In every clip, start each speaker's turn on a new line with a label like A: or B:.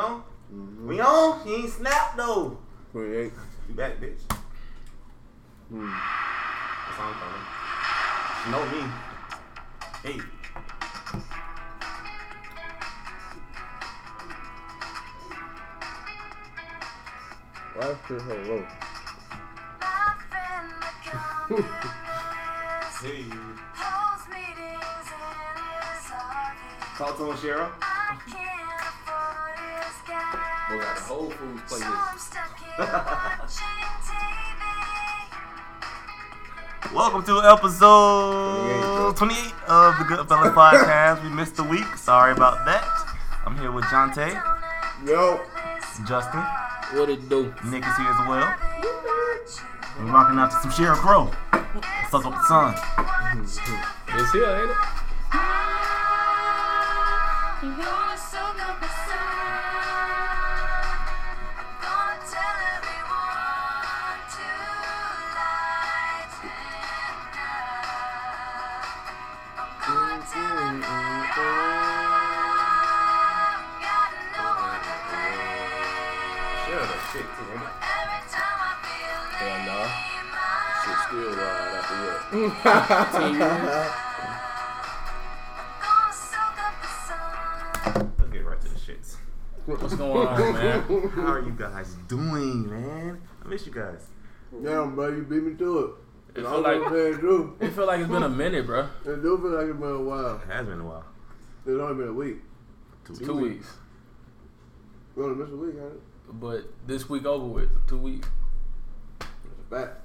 A: Mm-hmm. We on? He ain't snapped though.
B: 28.
A: You back, bitch. Hmm.
B: Mm.
A: That's all I'm calling. Know me. Hey.
B: Why is this so low?
A: Hey. Talk to him, Cheryl.
C: We got a Whole Foods playlist.
D: Welcome to episode 28,
B: 28,
D: of the Good Fellas Podcast. We missed the week. Sorry about that. I'm here with Jonte,
B: Yo.
D: Justin,
C: What it do?
D: Nick is here as well. We're rocking out to some Sheryl Crow. Suck up the sun.
C: It's here, ain't it?
A: Cheryl, that shit, too. I'm like,
C: Yeah, nah. Shit still ride after what?
A: let's get right to the shits.
C: What's going on, man?
A: How are you guys doing, man? I miss you guys.
B: Damn, bro, you beat me to it.
C: It
B: I
C: feel
B: was
C: like
B: like, man, do.
C: it feel like it's been a minute, bro.
B: It do feel like it's been a while.
A: It has been a while.
B: It's only been a week.
C: Two weeks,
B: We only missed a week, ain't it?
C: but this week over with. Two weeks.
B: It's a fact.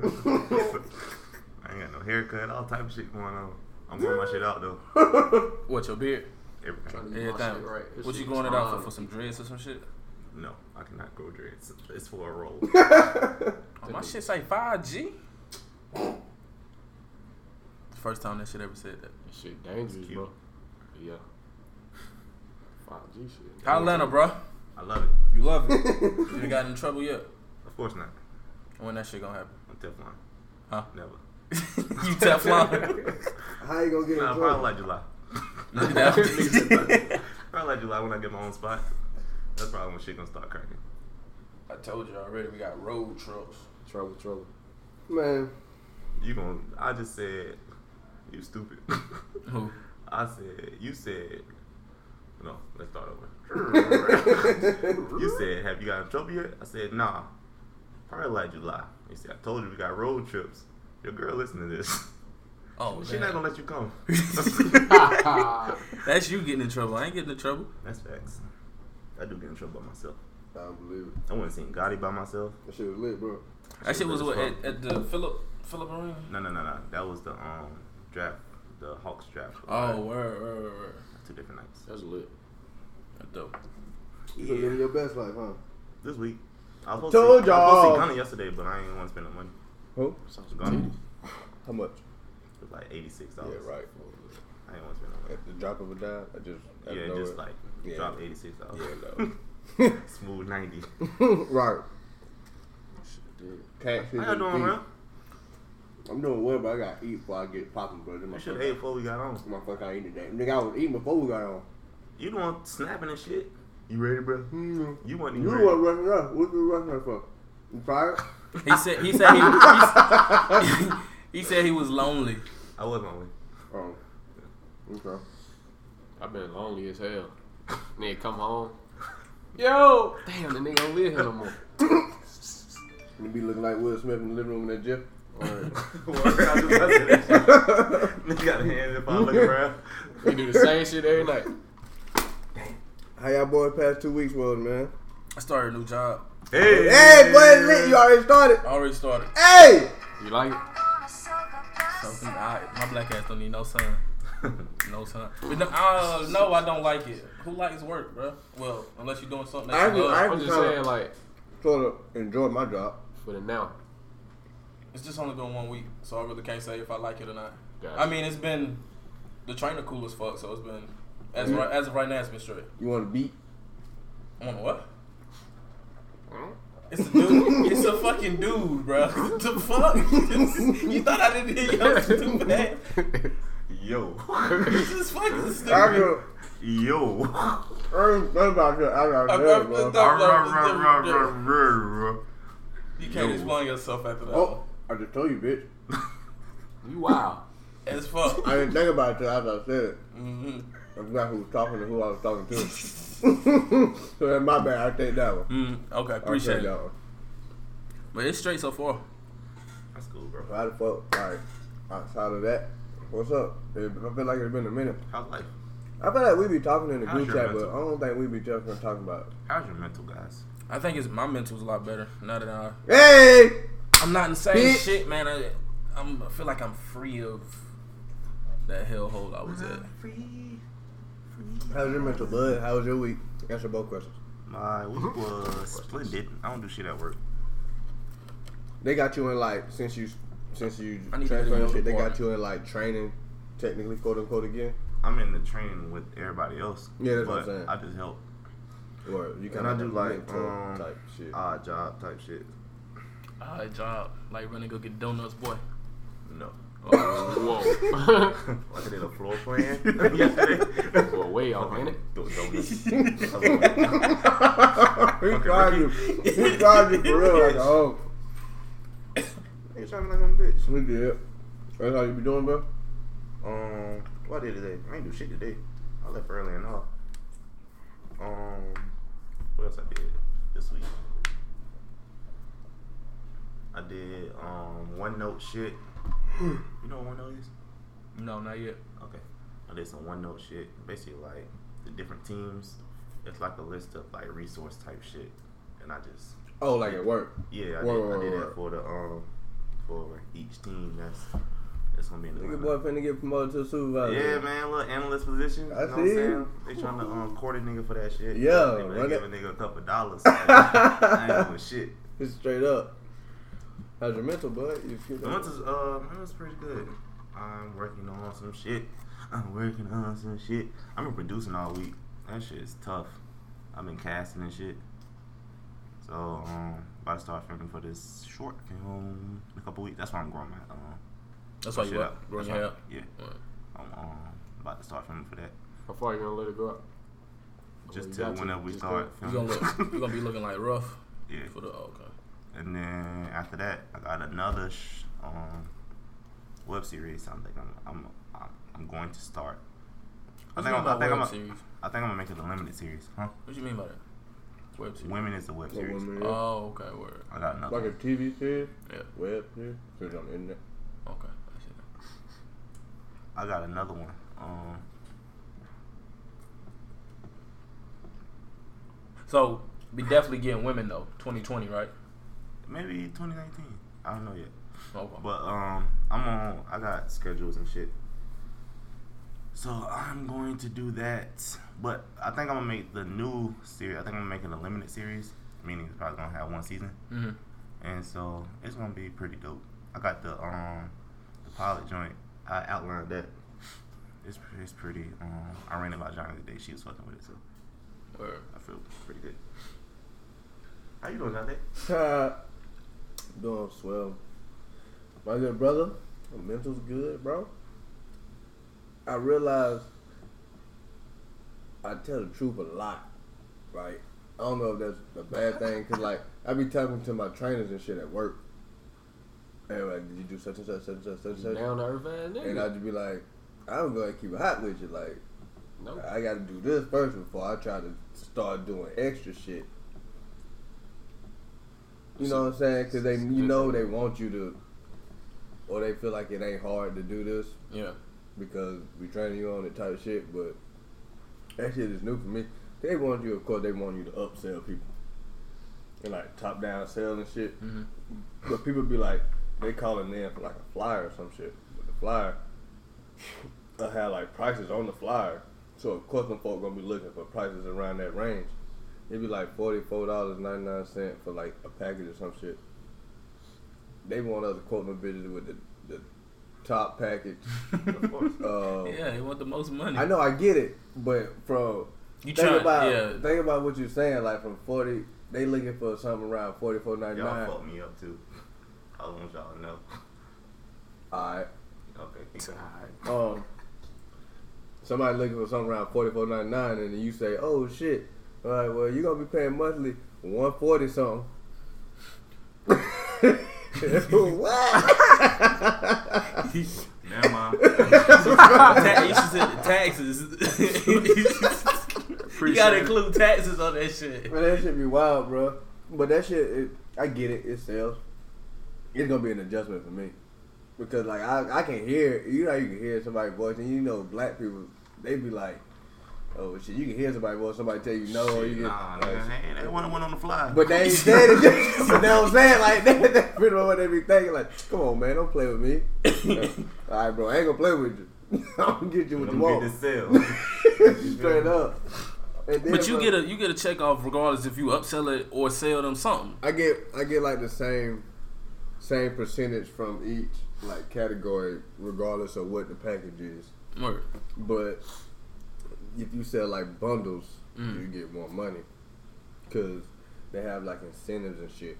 A: I ain't got no haircut, all type of shit going on. I'm growing my shit out though.
C: What your beard?
A: Everything.
C: Everything. what you going it out for? For some dreads or some shit?
A: No, I cannot grow dreads. It's for a roll.
C: Oh, my shit say five G. First time that shit ever said that.
E: Shit dangerous,
A: cute.
E: bro. Yeah. 5G shit.
C: How Atlanta, bro?
A: I love it.
C: You love it. you ain't got in trouble yet.
A: Of course not.
C: When that shit gonna happen?
A: I'm Teflon.
C: Huh?
A: Never.
C: you Teflon.
B: How you gonna get in
A: Nah,
B: trouble?
A: Uh, probably like July. probably like July when I get my own spot. That's probably when shit gonna start cracking.
C: I told you already. We got road trucks.
E: Trouble, trouble.
B: Man,
A: You gonna? I just said you stupid.
C: Who?
A: I said you said. No, let's start over. you said, have you got in trouble yet? I said, nah. Probably like July. You see, I told you we got road trips. Your girl, listen to this.
C: Oh,
A: She not
C: damn.
A: gonna let you come.
C: That's you getting in trouble. I ain't getting in trouble.
A: That's facts. I do get in trouble by myself.
B: I don't believe it.
A: I went and seen Gotti by myself.
B: That shit was lit, bro.
C: That shit was
A: lit
C: what,
A: as
C: at,
A: fuck.
C: at the Philip Philip Arena.
A: No, no, no, no. That was the um draft, the Hawks draft.
C: Oh, word, word, word, word.
A: two different nights.
E: That's lit.
C: That's dope.
B: You been living your best life, huh?
A: This week. I was supposed
B: Told
A: to, I was supposed to
B: y'all.
A: see Gunna yesterday, but I ain't want to spend the money.
B: Who?
E: Sounds
A: Gunna
E: good.
B: How much?
A: was like eighty six
B: Mm-hmm. Yeah,
A: dollars.
B: right.
A: I ain't want to spend no money.
B: At the drop of a dime, I just I
A: Yeah,
B: know
A: just
B: it.
A: like
B: Yeah.
A: dropped eighty six dollars.
B: Yeah,
A: Smooth ninety.
B: no. right.
E: Shit, dude.
B: Taxes
A: How y'all
B: and
A: doing,
B: fees.
A: bro?
B: I'm doing well, but I gotta eat before I get popping, bro. Then my
A: You should
B: fuck,
A: have ate before we got on.
B: my fuck, I eat today. Nigga, I was eating before we got on.
A: You the one snapping and shit. You ready, bro?
B: Mm.
A: You wasn't
B: You
A: even
B: were
A: ready.
B: rushing up. What you rushing up for? You tired?
C: He said he said he, he, he said he was lonely.
A: I was on
B: Oh. Okay.
E: I've been lonely as hell. Nigga come home. Yo! Damn, the nigga don't live here no more.
B: You be looking like Will Smith in the living room in that gym. Alright.
A: Nigga got a hand if I look around.
E: We do the same shit every night.
B: How y'all boys past two weeks was, man?
C: I started a new job.
A: Hey,
B: Hey, boy, it's lit. You already started.
C: I already started.
B: Hey!
E: You like it?
C: So, I, my black ass don't need no sun. No sun. But no, uh, no, I don't like it. Who likes work, bro? Well, unless you're doing something
B: I
C: that you
B: do-
C: love.
B: I-
E: I'm just saying, like,
B: Sort of enjoyed my job.
E: for the now.
C: It's just only been one week, so I really can't say if I like it or not.
E: Gotcha.
C: I mean, it's been the trainer cool as fuck, so it's been as right, as of right now, it's been straight.
B: You want to beat?
C: I want what? It's a dude. it's a fucking dude, bro. What the fuck? you thought I didn't hear your stupid ass?
A: Yo.
C: This is fucking
B: I
C: stupid.
B: go,
A: Yo.
B: ain't think about that. I got
C: I'm-
B: that,
C: I'm
B: bro.
C: just- You can't
A: Yo.
C: explain yourself after that.
B: Oh, I just told you, bitch.
E: You wow.
C: As fuck.
B: I didn't think about it until after I said it.
C: hmm
B: I forgot who was talking to who I was talking to. so that's my bad. I take that one.
C: Mm, okay,
B: I take
C: appreciate it.
B: that one.
C: But it's straight so far.
A: That's cool, bro.
B: How the fuck? Like outside of that, what's up? It- I feel like it's been a minute.
A: How's life?
B: I feel like we be talking in the
A: How's
B: group
A: your
B: chat, but
A: mental?
B: I don't think we be just gonna talk about. It.
A: How's your mental, guys?
C: I think it's my mental's a lot better now that I
B: Hey,
C: I'm not in the same
B: Bitch.
C: shit, man. I, I'm, I feel like I'm free of that hellhole I was at.
A: free.
B: how's your mental, bud? How was your week? Answer both questions.
A: My week was splendid. I don't do shit at work.
B: They got you in like since you since you
C: I need
B: transferred
C: to get
B: and
C: another
B: shit. They got
C: part.
B: you in like training, technically quote unquote again.
A: I'm in the training with everybody else.
B: Yeah, that's
A: but
B: what I'm saying.
A: I just help.
B: Or you
A: And
B: kind
A: I
B: of
A: do like um,
B: type shit.
A: odd job type shit.
C: Alright, job. Like running go get donuts, boy.
A: No.
E: Whoa.
A: Like I did a floor plan yesterday.
E: well, way off, ain't it?
A: Do- donuts. I was like,
B: we
A: Fucking
B: tried you. We tried you for real like oh.
A: "Hey, trying like I'm a bitch.
B: We did. That's how you be doing, bro.
A: Um, what I did today? I ain't do shit today. I left early and all. Um, what else I did this week? I did um OneNote shit. You know what OneNote is?
C: No, not yet.
A: Okay. I did some OneNote shit. Basically, like the different teams. It's like a list of like resource type shit, and I just
B: Oh, like at work.
A: yeah, I,
B: Word,
A: did, I did
B: word,
A: that
B: word.
A: for the um for each team. That's that's gonna be in the
B: Nigga
A: lineup.
B: boy finna get promoted to supervisor.
A: Yeah, man, little analyst position. You
B: I
A: know what I'm
B: see.
A: saying? They trying to um, court a nigga for that shit.
B: Yeah,
A: they better
B: run
A: give a
B: it.
A: nigga a couple dollars. I ain't doing shit.
B: It's straight up. How's your mental, bud? You feel
A: The month is uh, my month's pretty good. I'm working on some shit. I'm working on some shit. I've been producing all week. That shit is tough. I've been casting and shit. So um, about to start filming for this short film in a couple weeks. That's why I'm growing my um
C: That's why
A: shit
C: you
A: out.
C: up. Growing
A: That's
C: your hair
A: why-
C: up.
A: Yeah,
C: Alright.
A: I'm um, about to start filming for that.
E: How far you gonna let it go up?
C: Oh,
A: Just
E: you
A: till
E: got to.
A: whenever we
E: Just
A: start
E: do
C: You
A: filming.
C: gonna look you gonna be looking like rough
A: yeah.
C: for the oh, okay.
A: And then after that, I got another sh- um, web series. I think I'm I'm I'm, I'm going to start. I
C: What you
A: think
C: mean
A: I'm, I
C: by
A: think I'm
C: web
A: a,
C: series?
A: I think I'm gonna make it a limited series, huh?
C: What you mean by that? Web series.
A: Women is the web
B: Like,
A: series.
B: women, yeah.
C: Oh, okay, word.
A: I got another.
B: like a
A: one.
B: TV series,
C: Yeah.
B: web series, series on the internet.
C: Okay. I see.
A: I got another one. Um,
C: So we definitely getting women though. Twenty twenty, right?
A: maybe 2019. I don't know yet.
C: Okay.
A: But um, I'm on. I got schedules and shit. So I'm going to do that. But I think I'm gonna make the new series. I think I'm making a limited series, meaning it's probably gonna have one season.
C: hmm
A: and so it's gonna be pretty dope. I got the um the pilot joint. I outlined that. It's it's pretty. Um, I ran it by Johnny today. She was fucking with it, so
C: Word.
A: I feel pretty good. How you doing, Johnny?
B: Doing swell. My good brother, my mental's good, bro. I realize I tell the truth a lot, right? I don't know if that's a bad thing, cause like I be talking to my trainers and shit at work. And like, did you do such and such, such and such, such and such?
E: Down to earth ass
B: And I
E: nigga.
B: just be like, I'm gonna keep it hot with you, like.
E: Nope.
B: I got to do this first before I try to start doing extra shit. You know what I'm saying? Because they, you know, they want you to, or they feel like it ain't hard to do this
C: Yeah.
B: because we training you on it type of shit. But that shit is new for me. They want you, of course, they want you to upsell people and like top down sell and shit.
C: Mhm.
B: But people be like, they calling in for like a flyer or some shit. But the flyer, I had like prices on the flyer. So of course, them folk gonna be looking for prices around that range. It'd be like forty four dollars ninety nine cent for like a package or some shit. They want us to quote them bitches with the, the top package.
A: Of course.
B: Uh,
C: Yeah, they want the most money.
B: I know I get it, but from
C: You
B: think
C: trying?
B: about
C: yeah.
B: think about what you're saying. Like from forty, they looking for something around forty four ninety
A: Y'all
B: nine.
A: fucked me up too. I want y'all to know.
B: All right.
A: Okay.
E: Alright.
B: Um. somebody looking for something around forty four ninety nine, and then you say, "Oh shit, all right, well you're gonna be paying monthly one forty something." what?
A: Never mind.
C: Ta- you should say taxes. you
E: Appreciate
C: gotta
E: it.
C: include taxes on that shit.
B: Man, that shit be wild, bro. But that shit, it, I get it. It sells. It's gonna be an adjustment for me because like I, I can hear you know how you can hear somebody's voice and you know black people they be like, oh shit, you can hear somebody's voice. Somebody tell you no, or you
A: Shit,
B: get,
A: nah,
B: like,
A: nigga, ain't that one that went on the fly.
B: But they ain't said it. Just, you know what I'm saying? Like that, that's pretty much what they be thinking. Like, come on, man, don't play with me. All right, bro, I ain't gonna play with you. I'm gonna get you what
A: Let me
B: you want.
A: get this sale.
B: Straight up. And then,
C: But you
B: bro,
C: get a you get a check off regardless if you upsell it or sell them something.
B: I get I get like the same same percentage from each like category, regardless of what the package is.
C: Word.
B: But if you sell like bundles,
C: Mm.
B: you get more money because they have like incentives and shit.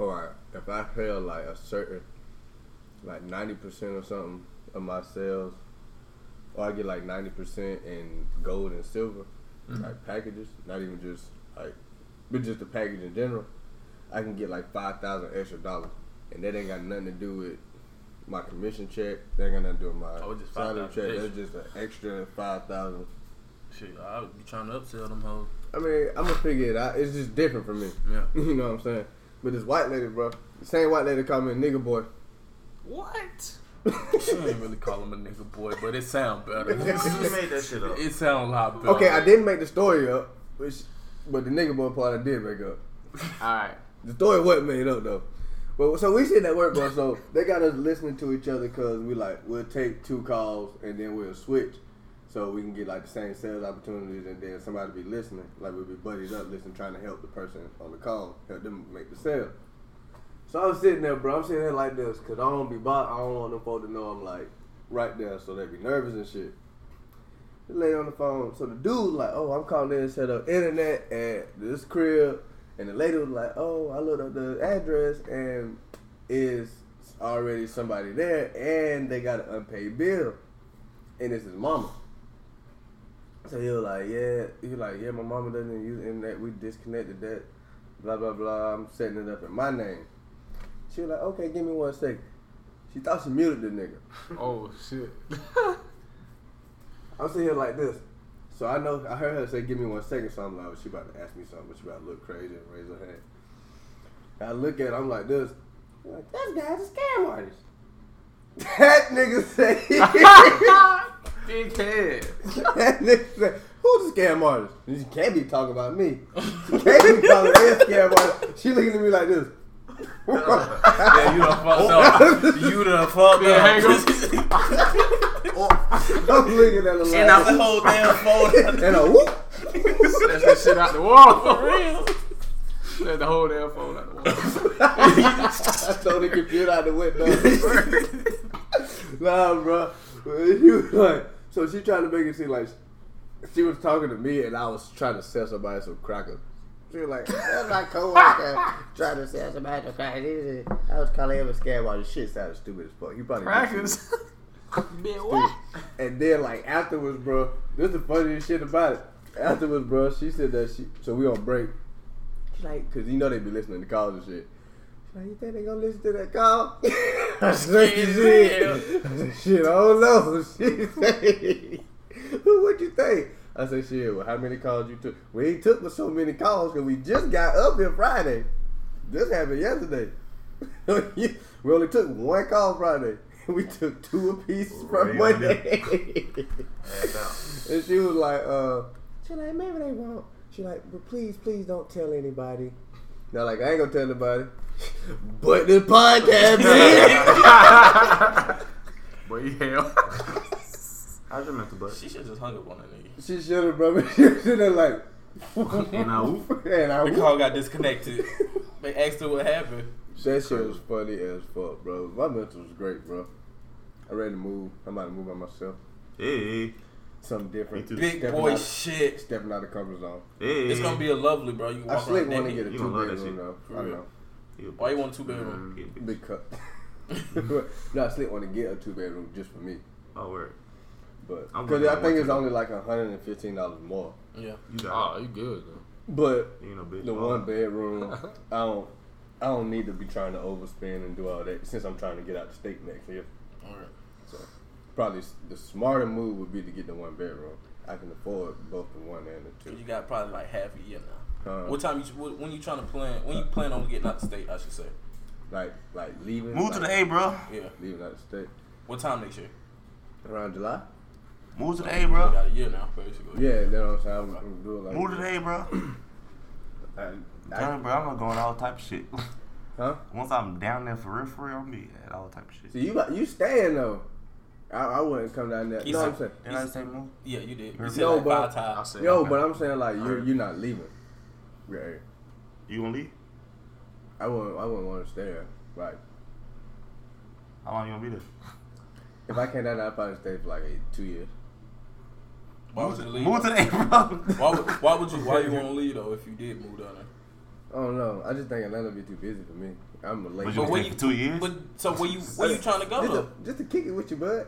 B: Or if I sell like a certain, like ninety percent or something of my sales, or I get like ninety percent in gold and silver,
C: Mm-hmm.
B: like packages, not even just like, but just the package in general, I can get like five thousand extra dollars, and that ain't got nothing to do with my commission check. That ain't got nothing to do with my
C: Oh, it's just
B: salary
C: 5,000
B: check.
C: extra.
B: That's just an extra five thousand.
C: Shit, I would be trying to upsell them hoes.
B: I mean, I'm gonna figure it out. It's just different for me.
C: Yeah.
B: You know what I'm saying? But this white lady, bro, the same white lady called me a nigga boy.
E: What?
C: She ain't really call him a nigga boy, but it sound better.
A: you made that shit up.
C: It sound a lot better.
B: Okay, I didn't make the story up, which, but the nigga boy part I did make up.
E: All right.
B: The story wasn't made up though. But so we sitting at work, bro. So they got us listening to each other because we like we'll take two calls and then we'll switch, so we can get like the same sales opportunities and then somebody be listening, like we'll be buddies up, listening, trying to help the person on the call, help them make the sale. So I'm sitting there, bro. I'm sitting there like this because I don't be bought. I don't want them folks to know I'm like right there, so they be nervous and shit. The lady on the phone. So the dude like, oh, I'm calling in to set up internet at this crib, and the lady was like, oh, I looked up the address and is already somebody there, and they got an unpaid bill, and it's his mama. So he was like, yeah, he was like, yeah, my mama doesn't use internet. We disconnected that. Blah blah blah. I'm setting it up in my name. She was like, okay, give me one second. She thought she muted the nigga.
E: Oh shit.
B: I'm sitting here like this. So I know I heard her say, "Give me one second. So I'm like, oh, she about to ask me something, but she about to look crazy and raise her hand. And I look at, her, I'm like this. I'm like that guy's a scam artist. That nigga say,
E: Big head.
B: that nigga say, who's a scam artist? She can't be talking about me. She can't be calling me a scam artist. She looking at me like this.
C: Yeah, you done
B: Oh.
C: fucked up. You done fucked
E: Yeah, hang
C: up.
B: I'm looking at her
C: and I the
B: like,
C: whole damn phone.
B: and a whoop.
E: That's the shit out the wall.
C: For real.
E: That's the whole damn phone out the wall.
B: I throw the computer out the window. Nah, bro. She was like, so she tried to make it seem like she was talking to me and I was trying to sell somebody some crackers. She was like, that's my coworker trying to sell somebody some crackers. I was calling him a scam while the shit sounded stupid as fuck. He probably
E: Crackers. Man, what?
B: And then like afterwards, bro, this is the funniest shit about it. Afterwards, bro, she said that she so we on break. She's like, cause you know they be listening to calls and shit. She's like, you think they gonna listen to that call? I said, shit. I said, shit, I don't know. She say, what you think? I said, shit, well, how many calls you took? We ain't took so many calls because we just got up here Friday. This happened yesterday. we only took one call Friday. We took two apiece from
A: Really?
B: Monday.
A: Ass out.
B: and she was like, uh, she like, maybe they won't. She like, but please, please don't tell anybody. Now, like, I ain't gonna tell nobody. but the podcast, man.
E: Boy, you hell.
A: How's your mental butt?
C: She should just hung up on that nigga.
B: she should have, bro. She should have, like,
A: And I whoop.
B: and I
C: The call got disconnected. They asked her what happened.
B: That shit was funny as fuck, bro. My mental was great, bro. I ready to move. I'm about to move by myself.
A: Hey,
B: Something different.
A: Me too.
C: Big
B: Stepping
C: boy
B: out-
C: shit.
B: Stepping out of comfort zone.
A: hey.
C: It's gonna be a lovely, bro. You
B: I
C: walk
B: slick
C: around
B: want to get
C: naked.
B: a
A: You
B: two
A: don't love that
B: bedroom
A: shit.
B: though.
C: For
B: I
C: real.
B: know.
C: Why you want a two bedroom?
B: Because no, I slick want to get a two bedroom just for me.
A: Oh, word.
B: But
F: I'm
B: because
F: gonna
B: I think it's
F: go
B: only like hundred and fifteen dollars more.
C: Yeah.
F: You got
E: Oh, you good though.
B: But
F: it. you know, bitch.
B: the one bedroom, I don't, I don't need to be trying to overspend and do all that since I'm trying to get out the state next year.
C: All right.
B: So probably s- the smarter move would be to get the one bedroom. I can afford both the one and the
C: So
B: two.
C: you got probably like half a year now.
B: Uh,
C: What time you what, when you trying to plan when you plan on getting out the state? I should say.
B: like like leaving.
A: Move to
B: like,
A: the A, bro.
C: Yeah.
B: Leaving out the state
C: What time next year?
B: around July.
A: Move to the A,
C: You
A: bro.
C: got a year now, basically.
B: Yeah, that's what I'm saying. I'm, I'm doing like
A: Move to the A, bro.
B: I- I-
A: Damn, bro, I'm not going all type of shit.
B: huh?
A: Once I'm down there for real, for real, I'm be at all type of shit.
B: See you got you staying though. I, I wouldn't come down there.
C: He
B: No,
C: said-
B: I'm saying.
A: Did I say move?
C: Yeah, you did. You
A: No,
C: said like
B: but-
C: five
E: I
C: times.
E: said,
B: Yo,
E: okay.
B: but I'm saying like you're you're not leaving. Right.
F: You gonna leave?
B: I wouldn't I wouldn't want to stay there. Like
F: How long you gonna be there?
B: if I came down there, I'd probably stay for like eight, two years.
C: Why would you leave?
A: Move to the A, bro.
C: Why would, why would you why you want to leave though if you did move down there?
B: I don't know. I just think Atlanta would be too busy for me. I'm a late.
A: Would you
C: But where
A: stay
C: you-
A: for two years?
C: But so where you where you trying to go?
B: Just
C: though?
B: to, just to kick it with you, bud.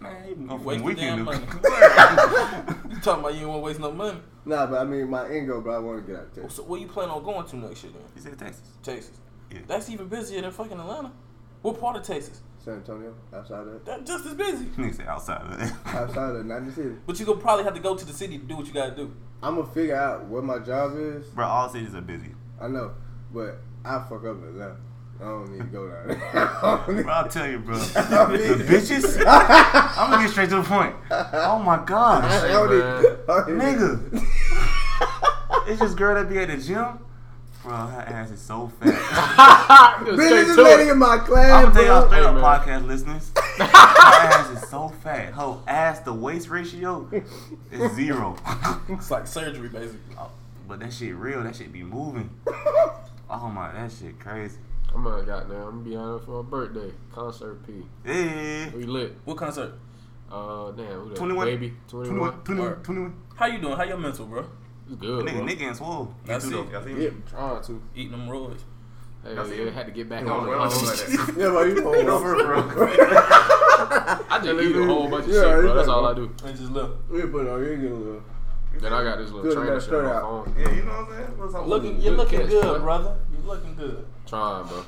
A: Man, you can go
C: You
A: for
C: waste
A: the
C: your damn
A: weekend.
C: money.
A: dude.
C: you talking about you don't want to waste no money?
B: Nah, but I mean my end goal, bro. I want to get out there.
C: So where you plan on going to next year then?
A: He said Texas.
C: Texas.
A: Yeah.
C: That's even busier than fucking Atlanta. What part of Texas?
B: San Antonio, outside of
C: That just as busy.
A: Nigga said outside of that.
B: outside of not the city.
C: But you gonna probably have to go to the city to do what you gotta do.
B: I'm gonna figure out what my job is.
A: bro, all cities are busy.
B: I know, but I fuck up and left. I don't need to go down there. I don't need-
A: Bro, I'll tell you, bro.
B: I mean-
A: the bitches. I'm gonna get straight to the point. Oh my gosh,
B: I don't need- I don't need-
A: nigga. It's this girl that be at the gym. Bro, her ass is so fat.
E: Ha! Just
B: Bitch,
E: straight
B: this
E: to
B: lady
E: it.
B: in my
A: I'm
B: class,
A: gonna tell y'all
B: bro.
A: straight up,
E: Hey, man.
A: podcast listeners. Her ass is so fat. Her ass to waist ratio is zero.
C: It's like surgery, basically.
A: but that shit real. That shit be moving. Oh my, that shit crazy.
E: I'm gonna goddamn. I'm gonna be out there for a birthday concert. P.
A: Yeah.
E: We lit.
C: What concert?
E: Uh, damn. Who that?
A: 21.
E: Baby. Twenty
A: 21,
E: one.
A: 21, 21.
C: How you doing? How your mental, bro?
E: It's good.
A: Nigga,
E: bro.
A: nigga ain't swole.
C: That's
F: you
C: it.
F: too, though. Y'all see me?
B: Yeah,
E: Trying to.
C: Eating them roids.
E: Hey,
F: That's
E: yeah,
F: it.
E: had to get back
F: You don't
E: on the
F: run
E: home.
F: like that.
B: yeah, bro, you hold
F: Over,
B: over.
F: bro.
E: I just eat a whole bunch of
B: Yeah,
E: shit,
B: it's
E: bro. That's
B: like-
E: all I do.
C: And just look.
B: We put on your little.
E: Then I got this little
B: Good
E: trainer
B: enough,
E: shit on
B: straight
E: my
B: out.
E: phone.
F: Yeah, you know what I'm saying? Looks like-
C: Looking,
E: Good
C: you're looking
E: catch,
C: good,
E: bro.
C: brother. You're looking good.
E: Trying, bro.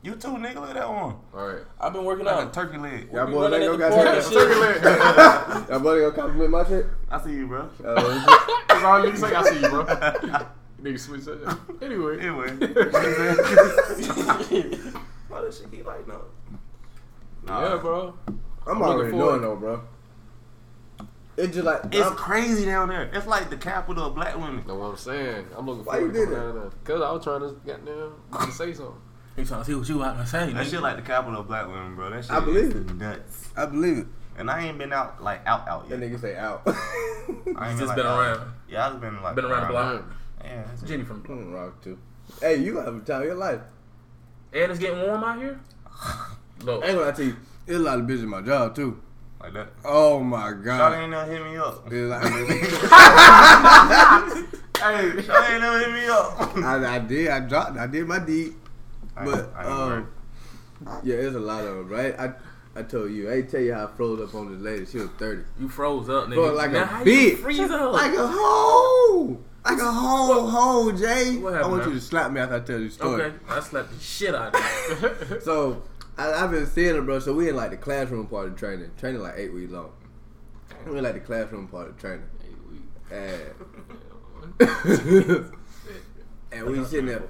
A: You too, nigga. Look at that one.
E: All right.
C: I've been working
A: Like a
C: out.
A: turkey leg.
B: Y'all
C: We
B: boys
C: running
B: ain't
C: at
B: gonna
C: the
B: got
C: park and shit.
B: Y'all boys ain't gonna compliment my shit.
A: I see you, bro.
B: Uh,
E: That's all niggas say. I see you, bro. Nigga switch that. Anyway.
A: Anyway. What
F: Oh, this shit, he like, no.
E: Yeah, bro.
B: I'm
E: looking
B: already knowing
E: forward.
B: though, bro. It's just like
A: It's
B: I'm-
A: crazy down there. It's like the capital of black women.
E: Know what I'm saying? I'm looking
B: Why
E: forward
B: you
E: to
B: did
E: coming out of Cause I was trying to goddamn to say something.
C: You trying to see what you out there saying?
A: That shit like the capital of black women, bro. That shit
B: I believe
A: is
B: it.
A: nuts.
B: I believe it.
A: And I ain't been out like out out
B: That
A: yet.
B: nigga say out.
A: I
C: You
A: ain't
C: just
A: like,
C: been
A: out.
C: around.
A: Yeah, I've been like
C: Been around the block.
E: Damn.
A: Yeah, that's it.
C: Jenny from.
B: I'm wrong too. Hey, you gonna have a time of your life.
C: And it's getting warm out here. Look.
B: I ain't gonna tell you, it's a lot of bitches in my job too.
A: like that.
B: Oh my
A: Y'all
B: god.
A: ain't never hit me up.
B: It's like-
A: Hey, y'all ain't never hit me up.
B: I, I did, I dropped, I did my deed,
A: I-
B: but
A: I ain't worried.
B: um, yeah, it's a lot of them, right? I, I told you, I ain't tell you how I froze up on this lady. She was thirty,
C: You froze up, nigga.
B: Bro, like
C: now
B: a
C: how You
B: bitch.
C: freeze up.
B: like a hoe, like a whole hoe, Jay.
C: What
B: I
C: happened,
B: want
C: man?
B: you to slap me after I tell you the story.
C: okay, I slapped the shit out of you.
B: So I, I've been seeing her, bro. So we in like the classroom part of training. Training like eight weeks long. We in like the classroom part of training,
E: Hey, we-
B: and
E: yeah,
B: and we sitting there.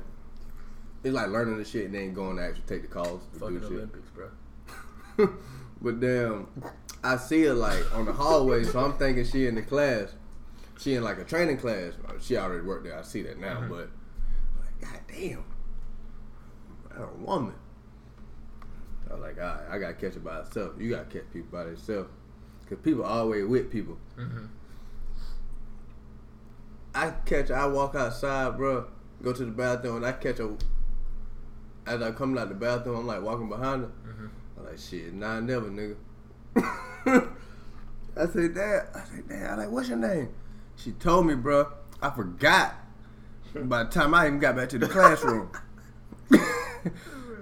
B: It's like learning the shit and then going to actually take the calls to
C: Fucking
B: do
C: Olympics, bro.
B: shit. but damn, I see her like on the hallway, so I'm thinking she in the class. She in like a training class. She already worked there. I see that now, but like, god damn, that a woman. I was like, all right, I gotta catch it by herself. You gotta catch people by themselves, cause people always with people. I catch, her, I walk outside, bro, go to the bathroom, and I catch her. As I come out the bathroom, I'm like walking behind her. I'm like, shit, nah, never, nigga. I said, Dad, I said, Dad, I like, what's your name? She told me, bro. I forgot. By the time I even got back to the classroom, I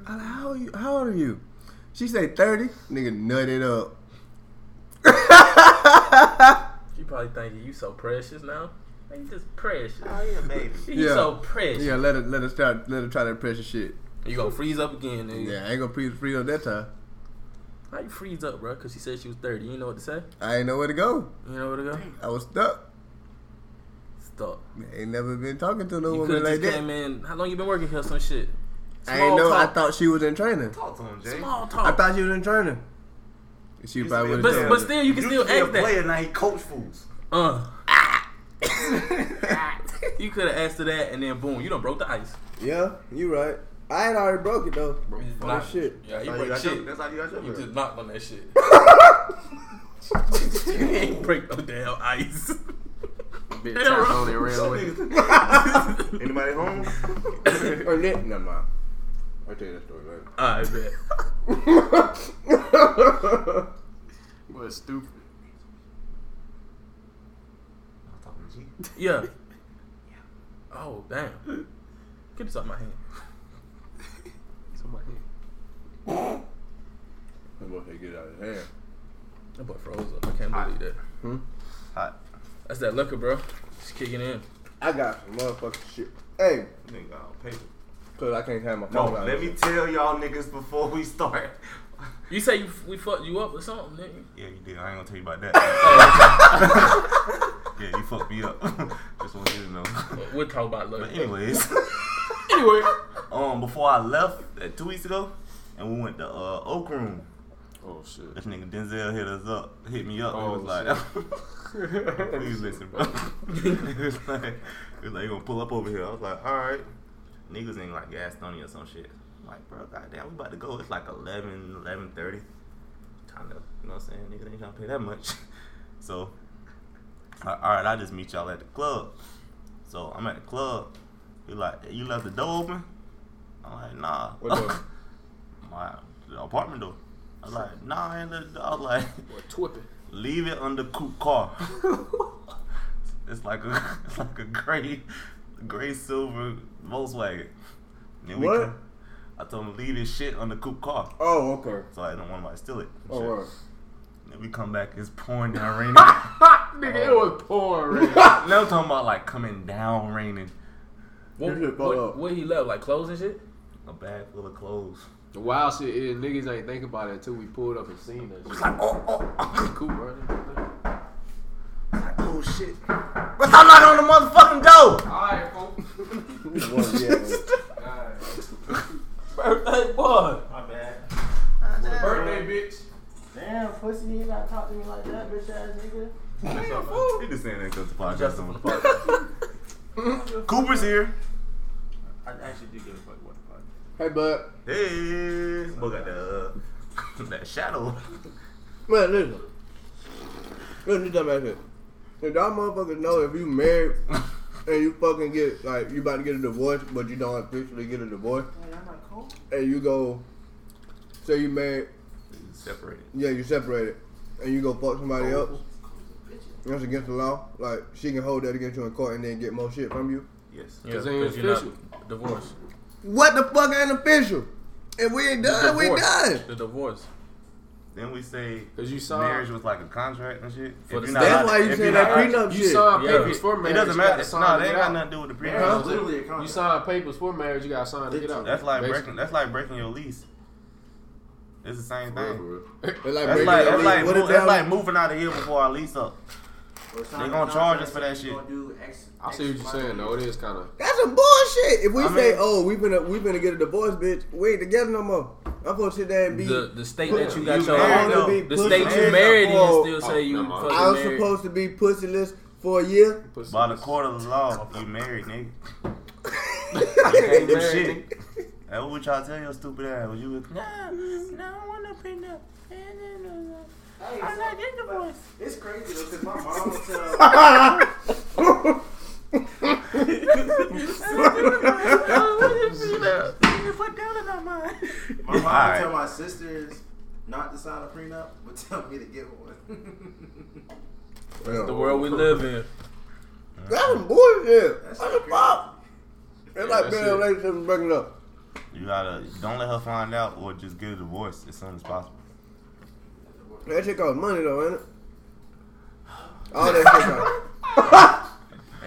B: like, how are you? How old are you? She say thirty. Nigga nutted up.
C: probably thinking you so precious now. Man, you just precious.
A: Oh yeah, baby.
C: You
G: Yeah.
C: so precious.
B: Yeah, let it let us try let her try that pressure shit.
C: You gonna freeze up again, nigga.
B: Yeah, I ain't gonna freeze free on that time.
C: How you freeze up, bro? Cause she said she was thirty. You know what to say.
B: I ain't know where to go.
C: You know where to go.
B: I was stuck.
C: Stop.
B: ain't never been talking to no
C: You
B: woman
C: could
B: like
C: just
B: that.
C: came in. How long you been working here? Some shit.
B: I ain't know. I
C: talk.
B: thought she was in training.
A: Talk to him, Jay.
C: Small talk.
B: I thought she was in training. She
A: Used to
B: probably
A: be a
B: would
C: Oh. but,
A: player.
B: have told
C: but
B: me.
C: still, you can
A: Used
C: still
A: to be a
C: ask that.
A: player, now he coach fools.
C: Uh. you could have asked her that, and then boom, you done broke the ice.
B: Yeah, you right. I had already broke it though.
E: Bro,
C: You just
E: fuck.
C: knocked-
B: shit.
C: Yeah, you
A: That's how you
C: broke
A: got your-
C: shit.
A: That's how you got your
C: You
A: girl.
C: just knocked on that shit. you ain't break no damn ice.
E: Bitch
C: Yeah,
E: tapped
C: bro.
E: on it and ran away.
A: Anybody home?
G: Or that, never mind. I'll tell you that story later.
C: I bet.
E: What stupid.
A: I'm talking to you.
C: Yeah. Oh damn. Get this out my hand.
E: Somebody.
G: I'm about to get it out of his hand.
C: That boy froze up. I can't believe that.
A: Hot.
C: That's that liquor, bro. It's kicking in.
G: I got some motherfucking shit. Hey,
A: Nigga, I'll pay you.
G: cause I can't have my
A: No,
G: phone out.
A: let me tell y'all niggas before we start.
C: You say you, we fucked you up or something, nigga?
A: Yeah, you did. I ain't gonna tell you about that. yeah, you fucked me up. Just want you to know.
C: We'll talk about
A: But
C: liquor.
A: anyways,
E: Anyway.
A: um, before I left uh, two weeks ago, and we went to uh, Oak Room.
E: Oh shit.
A: This nigga Denzel hit us up, hit me up.
E: Oh,
A: it was like, please listen, bro. it was like, it was like, you gonna pull up over here. I was like, all right. Niggas in like Gastonia or some shit. I'm like, bro, goddamn, we about to go. It's like 11, 11.30. Time to, you know what I'm saying? Niggas ain't trying to pay that much. so, I- all right, I'll just meet y'all at the club. So, I'm at the club. He like, you left the door open? I'm like, nah.
G: What door?
A: My the apartment door. I was like, nah, I ain't let it. I was like,
E: Boy, twipping.
A: leave it under coupe car. it's like a it's like a gray gray silver Volkswagen. Then
G: What?
A: come- I told him leave his shit under coupe car.
G: Oh, okay.
A: So I didn't want nobody to steal it. and
G: Oh,
A: shit.
G: word.
A: Then we come back, it's pouring down raining. now
E: Nigga, it was pouring. rain.
A: I'm talking about like coming down raining.
C: What,
G: You should pull
C: what,
G: up.
C: what he left? Like clothes and shit?
A: A bag full of clothes.
E: the wild shit is niggas ain't think about it until we pulled up and seen that shit.
A: Like, oh, oh,
E: Cool, bro.
A: oh shit. But I'm not on the motherfucking door!
E: Alright, folks.
G: This one, yeah.
C: Birthday boy.
A: My bad.
E: Birthday, bitch.
H: Damn, pussy, you ain't gotta talk to me like that, bitch ass nigga.
A: He just saying that because the
C: Just
A: podcast
C: from the
A: on.
C: park.
A: Cooper's here.
H: I actually do give a fuck what the fuck.
B: Hey, bud.
A: Hey, boy got the uh, that shadow.
B: Man, listen. Listen to that shit. If y'all motherfuckers know if you married and you fucking get like you about to get a divorce, but you don't officially get a divorce,
H: Wait, I'm not cool.
B: and you go say you married,
A: Separated.
B: yeah, you separated, and you go fuck somebody else. That's against the law. Like she can hold that against you in court and then get more shit from you.
A: Yes.
C: Yeah,
E: 'Cause they ain't
C: you're not
E: official.
C: Divorced.
B: What the fuck ain't official? If we ain't done, we
C: Divorce.
B: done.
C: The divorce.
A: Then we say
E: Cause you saw
A: marriage was like a contract and shit.
C: For the
A: you're not
C: state.
A: allowed
B: That's
A: to-
B: why you
A: if
B: say
A: you're
B: that
A: not-
B: prenup
E: You
B: shit.
E: signed
C: Yeah.
E: papers for
A: It
E: marriage.
A: doesn't
E: you gotta
A: matter.
E: sign
A: No,
E: to
A: they ain't
E: get
A: got
E: out.
A: nothing to do with the prenup.
E: Yeah.
H: It's literally a contract.
E: You signed papers for marriage. You got signed to get out.
A: That's like breaking.
E: Basically.
A: That's like breaking your lease. It's the same thing.
B: It's like,
A: That's
B: breaking
A: like
B: your
A: that's
B: lease.
A: like,
B: What
A: mo-
B: it
A: that's
B: down-
A: like moving out of here before our lease up.
H: Or
A: They
H: sign
A: gonna
H: a
A: charge
H: contract
A: us for that
H: saying
A: shit.
H: you gonna do X-
E: I see what
H: X,
E: you're
H: Y,
E: saying
H: and
E: though. It
H: Z.
E: is kind of.
B: That's some bullshit. If we
A: I
B: say,
A: mean-
B: "Oh, we finna we finna get a divorce, bitch," we ain't together no more. I'm supposed to sit there and be.
C: The the state that you
A: You
C: got your
A: married
B: though.
C: the
B: Pussy
C: state you
A: married
C: married in
B: though.
C: still say you
E: Oh, no,
C: fucking
B: I was
C: married.
B: supposed to be pussyless for a year.
A: By the court of the law, you married, nigga.
B: I
A: You can't do
E: married,
A: shit. That's what y'all tell your stupid ass. When you was, nah, nah, I want to prenup.
H: Hey,
A: I'm not getting divorced.
H: It's crazy though, cause my mom will tell. My mom
A: Alright.
H: will tell my sisters not to sign a prenup, but tell me to get one.
C: The world we live in.
B: That's some bullshit.
H: That's
B: what
H: crazy.
B: the fuck? It's like
E: that
B: being in
E: shit.
B: a relationship and breaking up.
A: You gotta don't let her find out, or just get a divorce as soon as possible.
B: That shit costs money though, ain't it? All that shit. Like,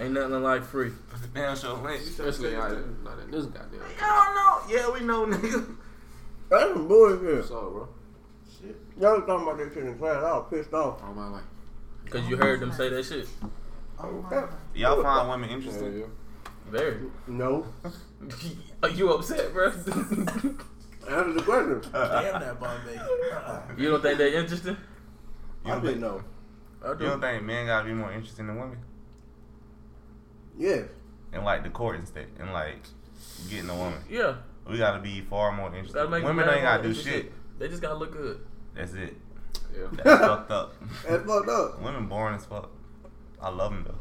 C: Ain't nothing like free.
A: Damn, show link.
E: Especially I not in this goddamn.
A: Hell no. Yeah, we know, nigga.
B: that's some bullshit.
E: So, bro.
B: Y'all was talking about that shit in class. I was pissed off.
E: All my life.
C: Cause you heard them say that shit.
A: Y'all find women interesting?
C: Very.
B: No.
C: Are you upset, bro?
B: Answer the question.
I: Damn that Bombay. Uh-uh.
C: you don't think they interesting?
B: I didn't know.
C: I
A: You don't
C: do.
A: think men gotta be more interesting than women?
B: Yes.
A: And like the court instead, and like getting a woman.
C: Yeah.
A: We gotta be far more
C: That
A: interesting.
C: make
A: Women
C: man
A: ain't gotta
C: more
A: do
C: interested.
A: shit.
C: They just gotta look good.
A: That's it.
E: Yeah.
A: That's fucked up.
B: That's fucked up.
A: Women boring as fuck. I love them though.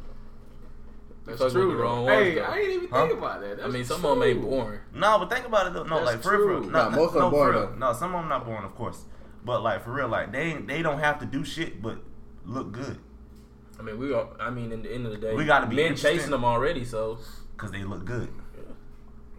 E: That's
C: Fuck
E: true.
C: with the wrong ones,
E: hey,
C: though.
E: I ain't even
A: Huh?
E: think about that.
C: I
E: That's
C: mean, some
E: true.
C: of them ain't boring.
A: No, but think about it though. No,
E: That's
A: like for real, for real.
E: true.
A: No,
B: Nah, most of
A: no,
B: them boring,
A: for real.
B: though.
A: No, some of them not boring, of course. But like for real, like they ain't- they don't have to do shit but look good
C: I mean, we are. I mean, in the end of the day,
A: We gotta be
C: men
A: interesting.
C: chasing them already. So
A: because they look good.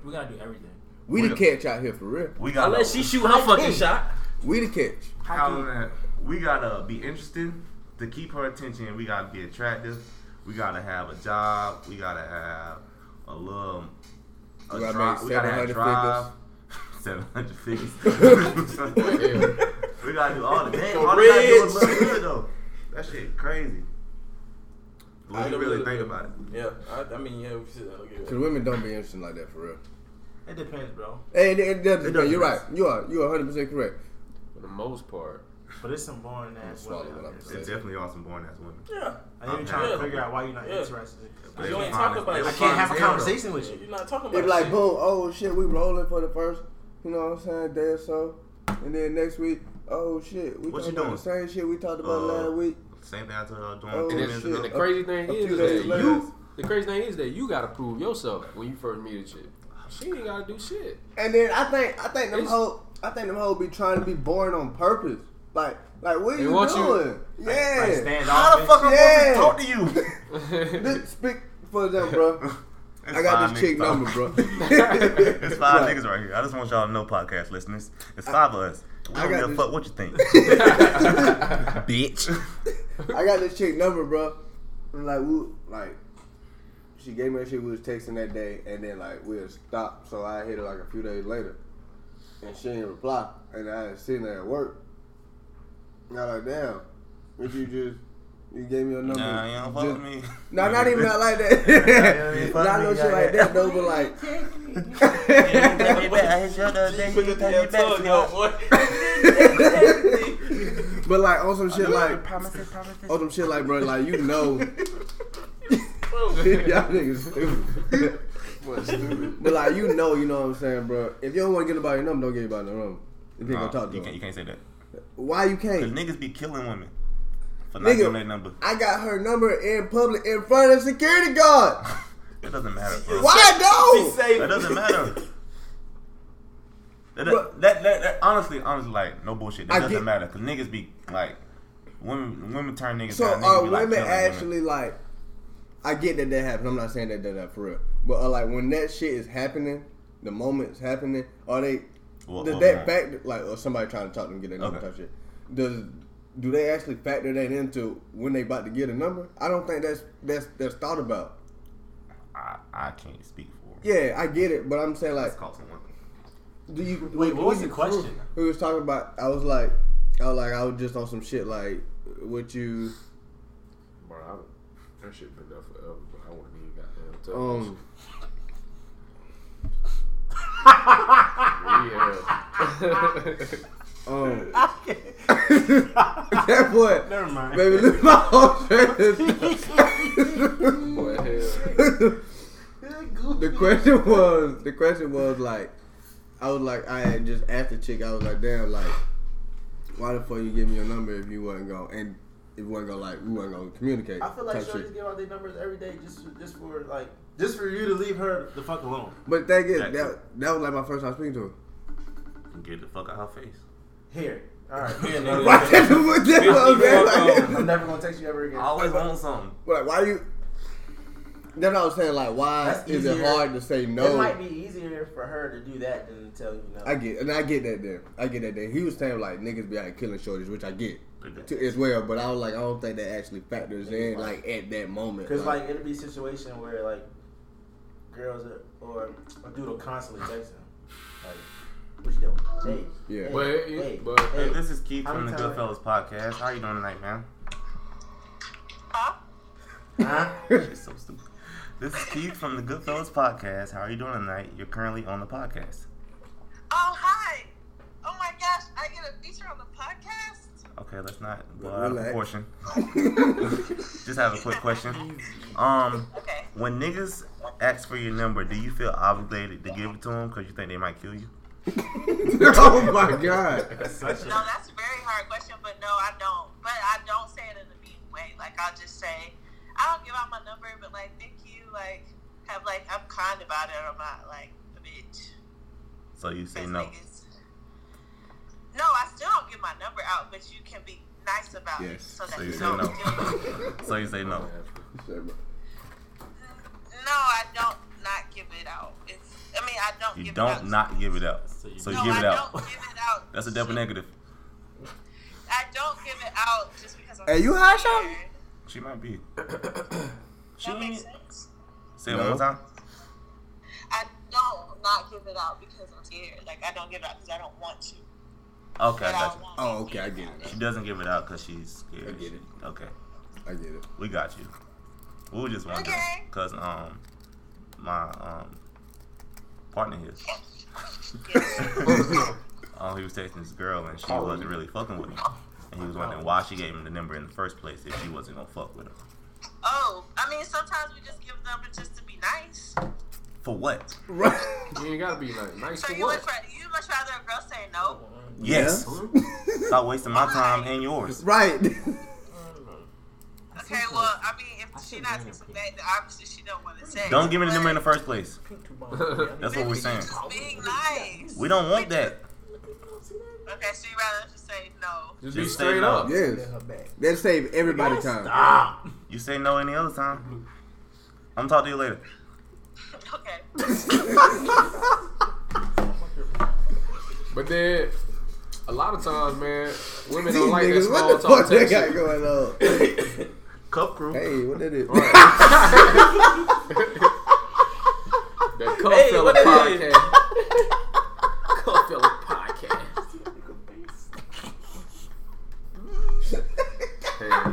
I: We gotta do everything.
B: We the
A: Real.
B: catch out here for real.
A: We got
C: unless she shoot her fucking shot,
B: We the catch.
A: How that? We gotta be interesting to keep her attention. We gotta be attractive. We gotta have a job. We gotta have a little. A
B: We gotta
A: dri-
B: make
A: we gotta have
B: 700
A: drive. Seven hundred figures.
E: Yeah.
A: we gotta do all the damn.
C: For
A: All they gotta do
C: rich.
A: is look good though. That shit crazy.
C: I
A: When you
C: know
A: really
C: what
A: think
C: it-
A: about it,
C: yeah. I, I mean, yeah. We
I: uh,
C: should, okay.
B: Cause women don't be interesting like that for real.
I: It depends, bro.
B: Hey, it, it does
A: It
B: depend. You're right.
A: does.
B: You are. You are 100 percent correct.
E: For the most part.
I: But it's some boring ass
B: swallow
I: women.
B: what
I: out
B: I'm
A: there
I: there.
B: saying.
A: definitely are some boring ass women.
C: Yeah.
I: Like, you
A: Okay.
I: trying
C: Yeah.
I: to figure out why you're not
C: Yeah.
I: interested.
A: They
C: You ain't
A: fine
C: talking
A: as-
C: about
A: they
C: it.
I: I
A: fine
I: can't
A: as
I: have a
A: hell, though.
I: conversation with you.
C: You're not talking
B: They
C: about
B: be like,
C: shit.
B: boom, oh shit, we rolling for the first, you know what I'm saying, day or so. And then next week, oh shit, we
A: What
B: talking
A: you
B: about the same shit we talked about
A: Uh,
B: last week.
A: Same thing I told y'all doing two
B: Oh,
E: And,
A: minutes
E: it's, and the
A: ago.
B: shit.
E: crazy thing
B: a
E: is
B: few
E: that
B: days later.
E: you. The crazy thing is that you gotta prove yourself when you first meet a chick. She ain't gotta do shit.
B: And then I think I think them
E: It's-
B: whole I think them whole be trying to be boring on purpose. Like like what
E: They
B: you
E: want you-
B: doing? yeah.
I: Like, stand
A: How the
I: off,
A: fuck
I: bitch.
A: I'm
B: Yeah.
A: supposed to talk to you?
B: This- speak for them, bro.
A: It's
B: I got
A: fine,
B: this
A: nigga.
B: chick number, bro.
A: It's five
B: Right.
A: niggas right here. I just want y'all to know, podcast listeners. It's five of us. We
B: I
A: don't
B: got
A: give a
B: this-
A: fuck what you think. Bitch.
B: I got this chick number, bro. And like we like she gave me that shit we was texting that day and then like we had stopped so I hit her like a few days later. And she didn't reply. And I had seen her at work. And I like, damn, but you just you gave me your number.
A: Nah, you don't fuck
B: just-
A: with me.
B: No, not even not like
A: Yeah, you
B: that.
A: ain't fuck
B: not
A: with
B: no
A: me,
B: shit like
A: yeah.
B: that though, but like
A: Yeah, you take me back. I hit you up the other day, you
C: Put your
A: took me
C: damn
A: back,
C: tongue out,
A: sweetheart.
C: boy.
B: But like on some shit like oh,
A: Promises, promises.
B: on some shit like bro, like you know Y'all niggas stupid. But like you know, you know what I'm saying, bro. If you don't want to get about your number, don't get about your number. If you ain't
A: Nah,
B: gonna talk to
A: you, can't, you can't
B: him.
A: say that.
B: Why you
A: Cause
B: can't?
A: niggas be killing women for not
B: Nigga.
A: giving their number.
B: I got her number in public in front of security guard.
A: It doesn't matter, bro.
B: Why
C: She
B: no?
A: That
C: saved.
A: doesn't matter. That,
B: Bro.
A: that, that, that- honestly, honestly, like no bullshit. That
B: I
A: doesn't
B: get-
A: matter because niggas be like, women, women turn niggas
B: So
A: down. Niggas
B: are
A: be, like,
B: women
A: killing
B: actually like? I get that that happened. I'm not saying that that happened for real, but uh, like when that shit is happening, the moment's happening. Are they?
A: What-
B: does
A: what moment?
B: that factor like or somebody trying to talk to them get their number
A: Okay.
B: type shit? Does do they actually factor that into when they about to get a number? I don't think that's that's that's thought about.
A: I, I can't speak for. Her.
B: Yeah, I get it, but I'm saying like,
A: Let's call someone.
B: do you?
I: Wait, what was the
B: you-
I: question?
B: We was talking about. I was like, I was like, I was just on some shit like, what you?
E: Bro, I, that shit been there forever, but I wouldn't even goddamn tell
B: Um,
E: Yeah.
B: um. that boy,
I: Never mind.
B: baby, look my whole shirt.
E: Boy, hell.
B: the question was the question was like I was like I had just asked the chick I was like damn like why the fuck you give me your number if you wasn't going and if you wasn't gonna like we wasn't gonna communicate
I: I feel like
B: type shit.
I: shorties give out their numbers every day just for, just for like just for you to leave her the fuck alone.
B: but the thing is
A: That-
B: that, that was like my first time speaking to her
A: Get the fuck out her face.
I: Here, all right.
C: Yeah,
I: nigga.
C: nigga.
B: why that's what that's what I'm saying
I: I'm
B: like,
I: never gonna text you ever again.
A: I always want something.
B: like why you that's what I was saying like why
I: That's
B: is it
I: easier.
B: hard to say
I: It
B: no
I: might be easier for her to do that than to tell you no.
B: I get and I get that there I get that there he was saying like niggas be out here killing shorties which I get to, as well. But I was like, I don't think that actually factors in like at that moment.
I: Because like it'll be a situation where like girls are, or a dude will constantly text him like, "What you doing?" Hey,
B: Yeah.
I: hey,
E: But it-
I: hey,
E: but-
A: Hey,
I: hey.
A: this is Keith
I: I'm
A: from the
I: telling-
A: Goodfellas podcast. How you doing tonight, man?
J: Oh,
I: Huh?
A: It's so stupid. This is Keith from the Goodfellas podcast. How are you doing tonight? You're currently on the podcast.
J: Oh, hi. Oh my gosh, I get a feature on the podcast?
A: Okay, let's not blow out of
B: Relax.
A: proportion. Just have a quick question. Um,
J: Okay.
A: when niggas ask for your number, do you feel obligated to give it to them because you think they might kill you?
B: oh my god.
J: No, that's a very hard question, but no, I don't. But I don't say it in a mean way. Like, I'll just say, I don't give out my number, but like, thank you. Like, have like, I'm kind about it. I'm not like a bitch.
A: So you say
J: 'Cause
A: no.
J: niggas- No, I still don't give my number out, but you can be nice about it.
B: Yes,
J: So that
A: So
J: you
A: you say
J: don't
A: no.
J: kill me.
A: So you say no.
J: No, I don't not give it out. It's, I mean, I don't
A: You
J: give it out.
A: don't not give it out.
C: So you-
A: So
J: no,
A: you give it
J: I
A: out.
J: don't give it out.
A: That's a double
J: to-
A: negative.
J: I don't give it out just because I'm.
B: Hey, you high, Sean?
J: scared.
A: She might be. She
J: That makes
A: ain't-
J: sense.
A: say it one more time.
J: I don't not give it out because I'm scared. Like I don't give it out because I don't want to.
A: Okay, I got
J: But I
A: you.
J: want
B: Oh,
J: to
B: okay, I
J: give
B: get
J: out.
B: it.
A: She doesn't give it out because she's scared.
B: I get it.
A: Okay,
B: I get it.
A: we got you. We were just wondering
J: Okay.
A: because um my um partner here, um he was texting this girl and she wasn't really fucking with him, and he was wondering why she gave him the number in the first place if she wasn't gonna fuck with him.
J: Oh, I mean sometimes we just give the number just to be nice.
A: For what?
E: You ain't gotta be nice. Nice
J: So
E: for
J: you would
E: what?
J: ra- you much rather a girl say no.
A: Yes. Stop wasting my time and yours.
B: Right.
J: Okay, well I mean if she not texting back, then obviously she don't want to say.
A: Don't give me the number in the
J: But
A: first place. That's what we're
J: maybe
A: saying.
J: she's Just being nice.
A: We don't want that.
J: Okay, so you rather just say no.
E: Just, be
A: Just say
E: straight
A: no.
E: up.
B: yes. That saved everybody time.
C: Ah.
A: You say no any other time. I'm talk to you later.
J: Okay.
E: But then a lot of times, man, women
B: These
E: don't like that
B: niggas,
E: small
B: what the fuck
E: talk
B: they
E: text.
B: got going on?
A: Cup crew.
B: hey, what that is?
E: The Cup
C: Hey,
E: Fella
C: what it is?
E: podcast. Cup Fella podcast. Hey,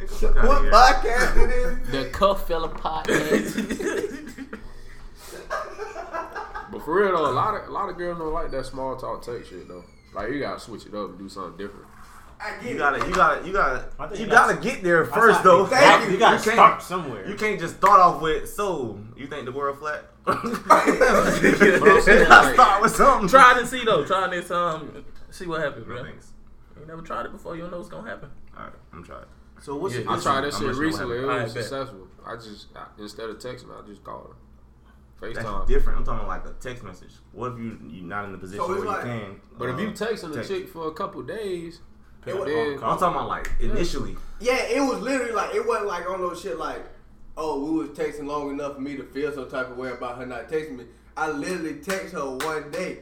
B: What podcast it is?
E: yes. The Cup Fella podcast. But for real though, a lot of a lot of girls don't like that small talk text shit though. Like you gotta switch it up and do something different.
A: You gotta, you gotta, you
I: I
A: gotta,
I: think
A: you
I: that's-
A: gotta get there first though.
B: Thank you.
I: You gotta
A: can't-
I: start somewhere.
A: You can't just start off with, so you think the world flat?
E: I'm saying,
A: Gotta start with something.
C: Try it and see though. Try this um. See what happens, bro.
A: Real
C: You
A: things.
C: never tried it before. You don't know what's gonna happen.
A: All right, I'm trying.
I: So what's
E: Yeah,
I: your
E: I
I: issue?
E: tried that
A: I'm
E: shit
A: not sure
E: recently. It
C: what happened.
E: was
C: I bet.
E: successful. I just I, instead of texting, I just called her.
A: That's
E: FaceTime.
A: different. I'm talking about like a text message. What if you you're not in the position
I: So it's
A: where
I: like-
A: you can?
E: But if
A: uh,
E: you texting a
A: text.
E: chick for a couple days,
I: Pick up
E: then-
I: on call.
A: I'm talking about like initially.
B: Yeah, it was literally like it wasn't like on no shit like, oh, we was texting long enough for me to feel some type of way about her not texting me. I literally text her one day,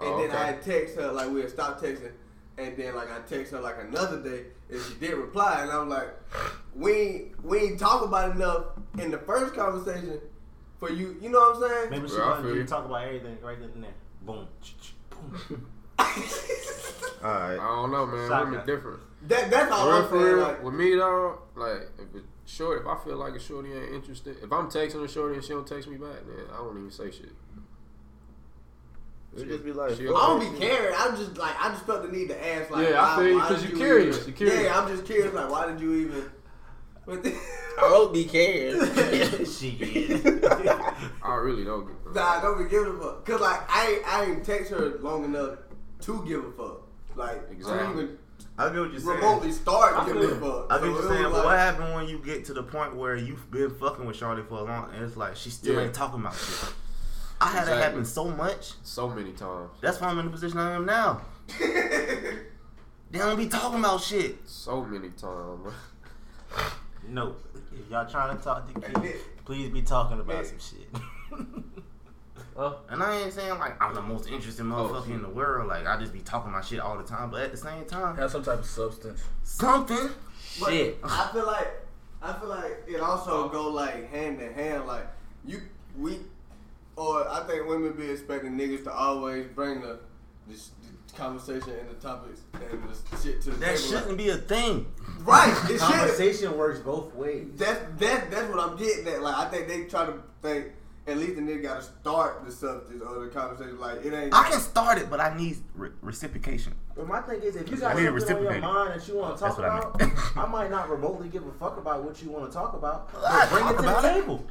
B: and
E: Oh,
B: then
E: okay.
B: I text her like we had stopped texting, and then like I text her like another day, and she did reply, and I'm like, we ain't, we ain't talk about it enough in the first conversation for you. You know what I'm saying?
I: Maybe she
E: Bro, I
I: wanted
E: feel
I: you
E: you.
I: to talk about everything right then and there. Boom. Ch-ch, Boom.
A: All right.
E: I don't know, man.
I: Shot
E: Women
I: that.
E: different.
B: That that's all
E: Real
B: I'm
E: for
B: saying.
E: real.
B: Like,
E: With me though, like if it short, if I feel like a shorty ain't interested, if I'm texting a shorty and she don't text me back, then I don't even say shit.
A: It just be like,
E: she-
B: I don't be caring. I'm just like I just felt the need to ask. Like,
E: Yeah, I
B: why-
E: feel you,
B: why
E: 'cause
B: did
E: you curious,
B: even-
E: you curious.
B: Yeah, I'm just curious. Like, why did you even? But the,
I: don't be caring. she is.
E: I really don't get.
B: nah, I don't be giving a fuck. Cause like I ain't, I ain't text her long enough to give a fuck. Like to
E: Exactly.
B: even
A: I get what you're saying.
B: remotely start giving a fuck.
A: I get
B: So
A: what
B: it
A: you're saying,
B: was
A: but what
B: like-
A: happened when you get to the point where you've been fucking with Charlotte for a long, and it's like she still
E: Yeah.
A: ain't talking about shit. I had
E: Exactly.
A: it happen so much.
E: So many times.
A: That's why I'm in the position I am now. they don't be talking about shit.
E: So many times. bro.
I: No. If y'all trying to talk to
B: And
I: kids, please be talking
B: Hey.
I: about some shit.
E: Huh?
A: And I ain't saying like I'm the most interesting
E: Oh,
A: motherfucker in the world. Like I just be talking my shit all the time, but at the same time,
C: Have some type of substance.
A: something. Shit.
B: I feel like I feel like it also go like hand in hand. Like you, we, or I think women be expecting niggas to always bring the, the, s- the conversation and the topics and the shit to the
A: That
B: table.
A: shouldn't be a thing.
B: like, right. It should.
I: Conversation works both ways.
B: That's that, that's what I'm getting at. Like I think they try to think at least the nigga got to start the subject or the conversation. Like it ain't.
A: I can start it, but I need re- reciprocation.
I: But my thing is, if you got
A: We ain't
I: something on your
A: reciprocating.
I: mind that you want to talk
A: That's what I
I: about,
A: mean.
I: I, might not remotely give a fuck about what you want to talk about. But
A: I
I: bring
A: Uh, talk
I: it to
A: about
I: the
A: it.
I: table.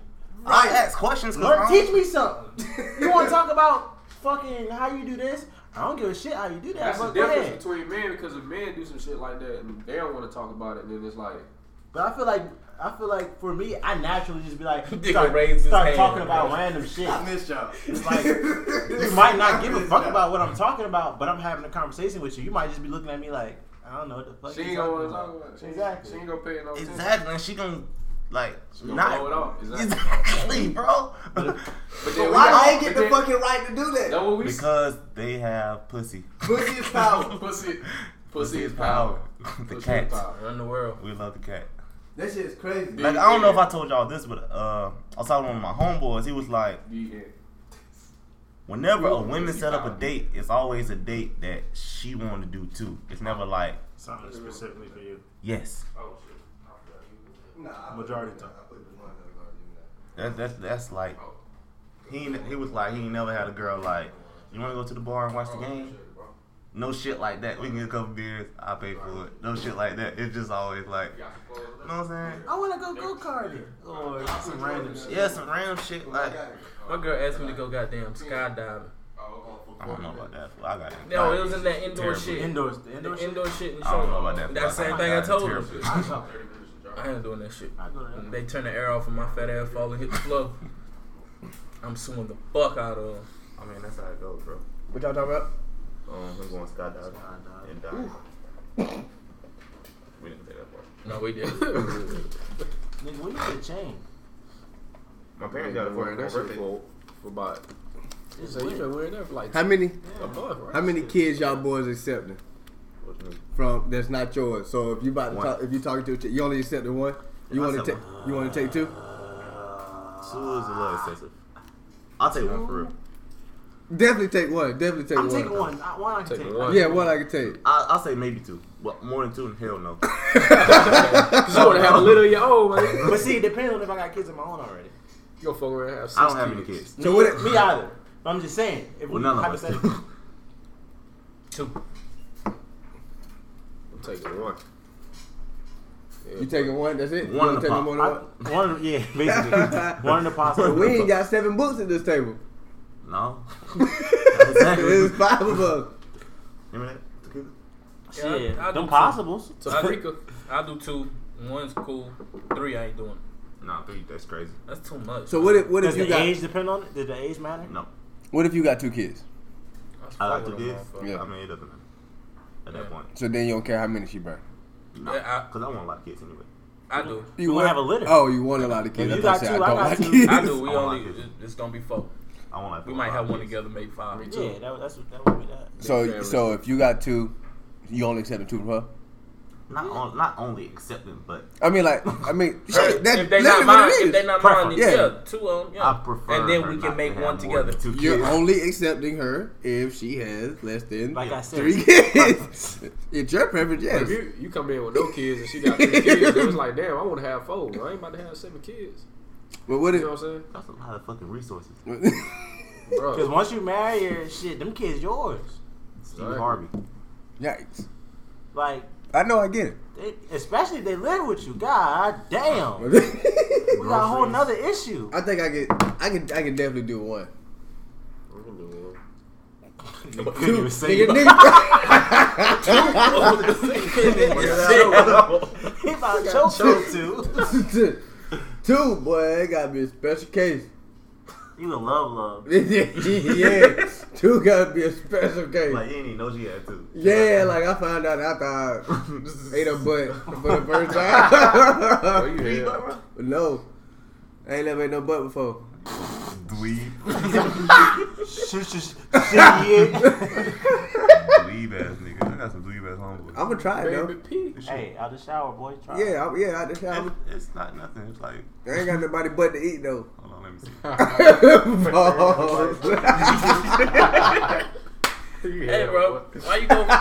A: I
B: Right.
A: ask questions. 'cause
I: Learn,
A: I don't-
I: teach me something. You want to talk about fucking how you do this? I don't give a shit how you do that.
E: That's the
I: but, go
E: difference
I: ahead.
E: between men because if men do some shit like that and they don't want to talk about it, then it's like
I: but I feel like I feel like for me, I naturally just be like
C: Nigga
I: start,
C: raised his
I: start
C: hand,
I: talking about
C: bro.
I: random shit.
B: I miss y'all.
I: Like, You might not give a fuck about what I'm talking about, but I'm having a conversation with you. You might just be looking at me like I don't know what the fuck.
E: she
I: you
E: ain't gonna want to talk about it.
I: Exactly.
E: She ain't gonna pay no attention.
A: Exactly, and she gonna like
E: gonna
A: not
E: blow it off, exactly.
A: exactly, bro.
E: But then
B: But
E: we
B: why
E: all-
B: they get
E: but
B: the
E: then-
B: fucking right to do that?
E: That what we
A: because they have pussy.
B: Pussy is power.
E: pussy. Pussy is power.
A: the
E: Pussy
A: cat.
E: is power.
C: Run the world.
A: We love the cat.
B: That shit is crazy.
E: Yeah.
A: Like I don't know if I told y'all this, but uh, I was talking to one of my homeboys. He was like,
E: Yeah.
A: whenever a
E: Well,
A: woman
E: pussy
A: set up
E: power.
A: a date, it's always a date that she want to do too. It's never like
H: Something specifically for you.
A: yes.
E: Oh shit.
B: Nah, I-
H: Majority time.
B: I put the one that was already in there.
A: That, that's that's like he ain't- he was like he ain't never had a girl like you want to go to the bar and watch
C: Oh,
A: the game. No shit like that. We can get a couple beers. I pay for it. No shit like that. It's just always like, you know what I'm saying?
I: I want to go go karting or some random shit.
A: Yeah, some random shit like
C: My girl asked me to go goddamn skydiving.
A: I don't know about that. fool. I got it.
C: No, it was in that indoor
A: Terrible.
C: shit.
I: Indoors, the
C: The
I: indoor shit.
C: indoor shit and
A: I don't know
C: shit.
A: about that.
C: That
A: fool.
C: same
A: I
C: thing I
A: got it.
C: told
A: Terrible.
C: you.
I: I go.
C: I ain't doing that shit.
I: I go to that.
C: They turn the air off and my fat ass fall and hit the floor. I'm suing the fuck out of them.
A: I mean, that's how it goes, bro.
B: What y'all talking about?
A: Um, I'm going skydiving
I: Skydiving.
A: and die. we didn't say that part.
C: No, we did.
I: Nigga, we need a chain.
A: My parents got it for my
E: that shit
A: birthday.
E: for, for about.
I: It's
E: So you
I: lit.
E: been wearing that for like
B: How many?
E: a month, right?
B: How many kids y'all boys accepting from that's not yours? So if you about to
A: One.
B: talk, if you talking to a chick, you only accepted one. You
A: I
B: want to take?
A: accept
B: You want to take two?
A: Two is a little excessive. I'll take one for real.
C: Mm-hmm.
B: Definitely take one. Definitely take
I: I'm
B: one.
I: taking one. I, one I can
E: Take
I: take.
E: one.
B: Yeah, one I can take.
A: I, I'll say maybe two, but more than two, hell no.
E: You want to have a little of your own, man. You
I: But see, it depends on if I got kids of my own already.
E: gonna fuck around and have six
A: I don't have any kids.
B: So what?
I: Me either. But I'm just saying. If
A: Well,
I: we
A: none of us.
I: hypothetically,
A: do.
C: Two.
E: I'm taking one.
B: You taking one? That's it.
A: One
B: you
A: in
B: want
A: the
B: to take
A: pot.
B: no more
I: I,
B: than
I: one, of- yeah, basically, one in the possible.
B: one? We ain't got seven books at this table.
A: No.
B: There's
A: exactly.
B: five of us.
A: Remember that? Tequila?
I: shit.
C: I- I do
I: them
C: too.
I: possibles.
E: Tafrika.
C: I do two. One's cool. Three, I ain't doing.
A: Nah, three, that's crazy.
C: That's too much.
B: So what if what if
I: Does
B: you
I: the
B: got
I: age depend on it? Does the age matter?
A: No.
B: what if you got two kids?
A: I like two kids.
B: Yeah.
A: I mean, it doesn't matter. At that
C: Yeah.
A: point.
B: So then you don't care how many she bring.
A: No.
C: Yeah, I-
A: Because I want a lot of kids anyway.
C: I do.
B: You
I: We
B: want-
I: have a litter.
B: Oh, you want a lot of kids.
I: If you
B: I thought
I: got
B: said
I: two, I
B: don't
I: got
B: like
I: two.
B: kids.
C: I do. We
A: I don't
C: only.
A: like it.
C: It's gonna be four.
A: I want like
C: We
A: four
C: might
A: or
C: have
A: five
C: one
A: kids.
C: together, maybe five.
I: Yeah, that, that's what that would be that.
B: So
E: family.
B: so if you got two, you only accepting two from her.
A: Not, on, not only accepting, but
B: I mean, like, I mean, shit, that,
C: if
B: literally
C: they not mine,
B: what it
C: if
B: is.
C: they not mine, then yeah.
B: Preference.
C: two of them. Yeah.
A: I prefer.
C: and then
A: her
C: we
A: not
C: can make
A: to have
C: one
A: more than
C: together.
A: Two
B: You're
A: kids.
B: only accepting her if she has less than
I: Like I said,
B: three kids. it's your preference, yes.
E: If you, you come in with no kids and she got three kids, it's like, damn, I want to have four. I ain't about to have seven kids.
B: But what
E: You
B: if?
E: know what I'm
A: That's a lot of fucking resources.
E: saying?
I: Because
E: Bro,
I: once you marry her, shit, them kids yours.
A: Steve
E: Exactly.
A: Harvey.
B: Yikes!
I: Like,
B: I know, I get it.
I: they, especially if they live with you. God damn, we
B: I
I: got a whole nother issue.
B: think I can, I can, I can definitely do one.
E: I'm gonna do
A: You couldn't even say
B: Nigga,
A: it.
B: nigga.
I: He about to choke you too.
B: two, two, boy, it gotta be a special case.
I: You would love love.
B: yeah, two gotta be a special case.
A: Like, you didn't even know she had two.
B: Yeah, like I found out after I ate a butt for the first time.
E: one. Where you at?
B: no, I ain't never ate no butt before.
A: Dweeb.
H: Shit, shit.
A: dweeb ass nigga. I got some dweeb ass homeboys.
B: I'm gonna try it
E: Baby
B: though.
E: P.
H: Hey, out the shower, boy. Try.
B: Yeah, I'm, yeah. I just,
A: It,
B: I'm,
A: it's not nothing. It's like,
B: I ain't got nobody but to eat though.
A: hold on, let me see.
C: Hey, bro, why you go? Why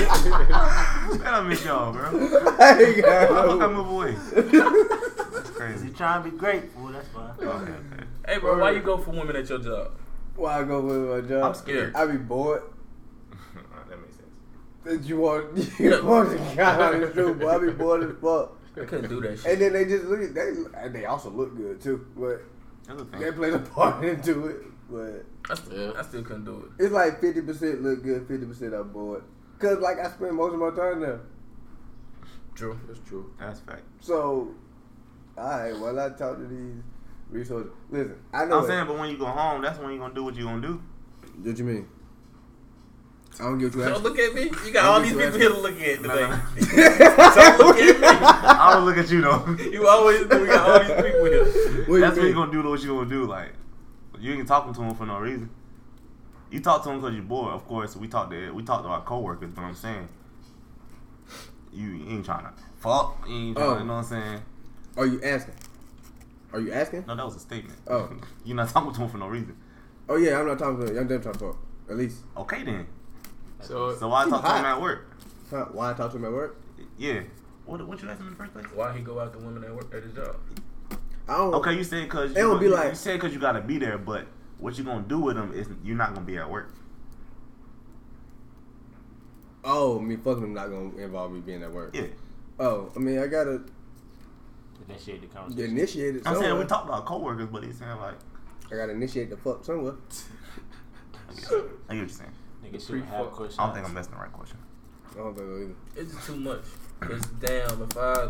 A: Man, I miss y'all, bro.
B: I ain't
A: How
B: got
A: fuck I
B: no.
A: move away? That's crazy.
H: You trying to be grateful? That's fine.
A: Okay, okay.
C: hey, bro, why you go for women at your job?
B: Why I go with my job?
C: I'm scared.
B: I be bored.
A: Alright, that makes sense.
B: That you want, you want the guy out of the truth, but I be bored as fuck.
C: I couldn't do that shit.
B: And then they just look. They and they also look good too, but
A: That's a
B: they
A: thing.
B: play the part into it. But
C: I still,
E: Yeah.
C: I still couldn't do
B: it's like fifty percent look good, fifty percent I'm bored. Cause like I spend most of my time there.
C: it. True.
E: That's true.
A: That's fact.
B: So, all right, well I talk to these resources. Listen, I know.
A: I'm
B: it.
A: saying, but when you go home, that's when you gonna do what you gonna do.
B: What you mean? I don't get what
C: Don't
B: you
C: look at me. You got all these people here to look at today. Don't look
B: asking.
C: at
A: I would look at you though.
C: me. You always do. We got all these people here.
B: What you
A: That's when
B: mean?
A: you gonna do what you gonna do. Like, you ain't talking to him for no reason. You talk to him because you're bored. Of course, we talk to we talk to our coworkers. But I'm saying, you ain't trying to fuck. You ain't trying
B: Oh.
A: you know what I'm saying?
B: Are you asking? Are you asking?
A: No, that was a statement.
B: Oh.
A: you're not talking to him for no reason.
B: Oh yeah, I'm not talking to. I'm done talking to. him. At least,
A: Okay then.
E: So,
A: So why
B: He
A: talk to him
B: hot.
A: at work?
B: huh, why I talk to him at work?
A: Yeah. What what you asking in the first place?
C: Why he go out to women at work at his job?
B: I don't.
A: Okay, you said because
B: Oh. It would be
A: you,
B: like-
A: you said because you gotta be there, but what you gonna do with them is you're not gonna be at work.
B: Oh, me fucking him not gonna involve me being at work.
A: Yeah,
B: Oh, I mean, I gotta
H: Initiate the
B: get
H: conversation.
B: initiated.
A: I'm
B: Somewhere.
A: saying we talked about coworkers, but he's saying like,
B: I gotta initiate the fuck somewhere.
A: I get, I get what you're saying.
H: Nigga shouldn't have questions.
A: I don't think I'm asking the right question.
B: I don't think so either.
C: It's just too much. Cause damn, if I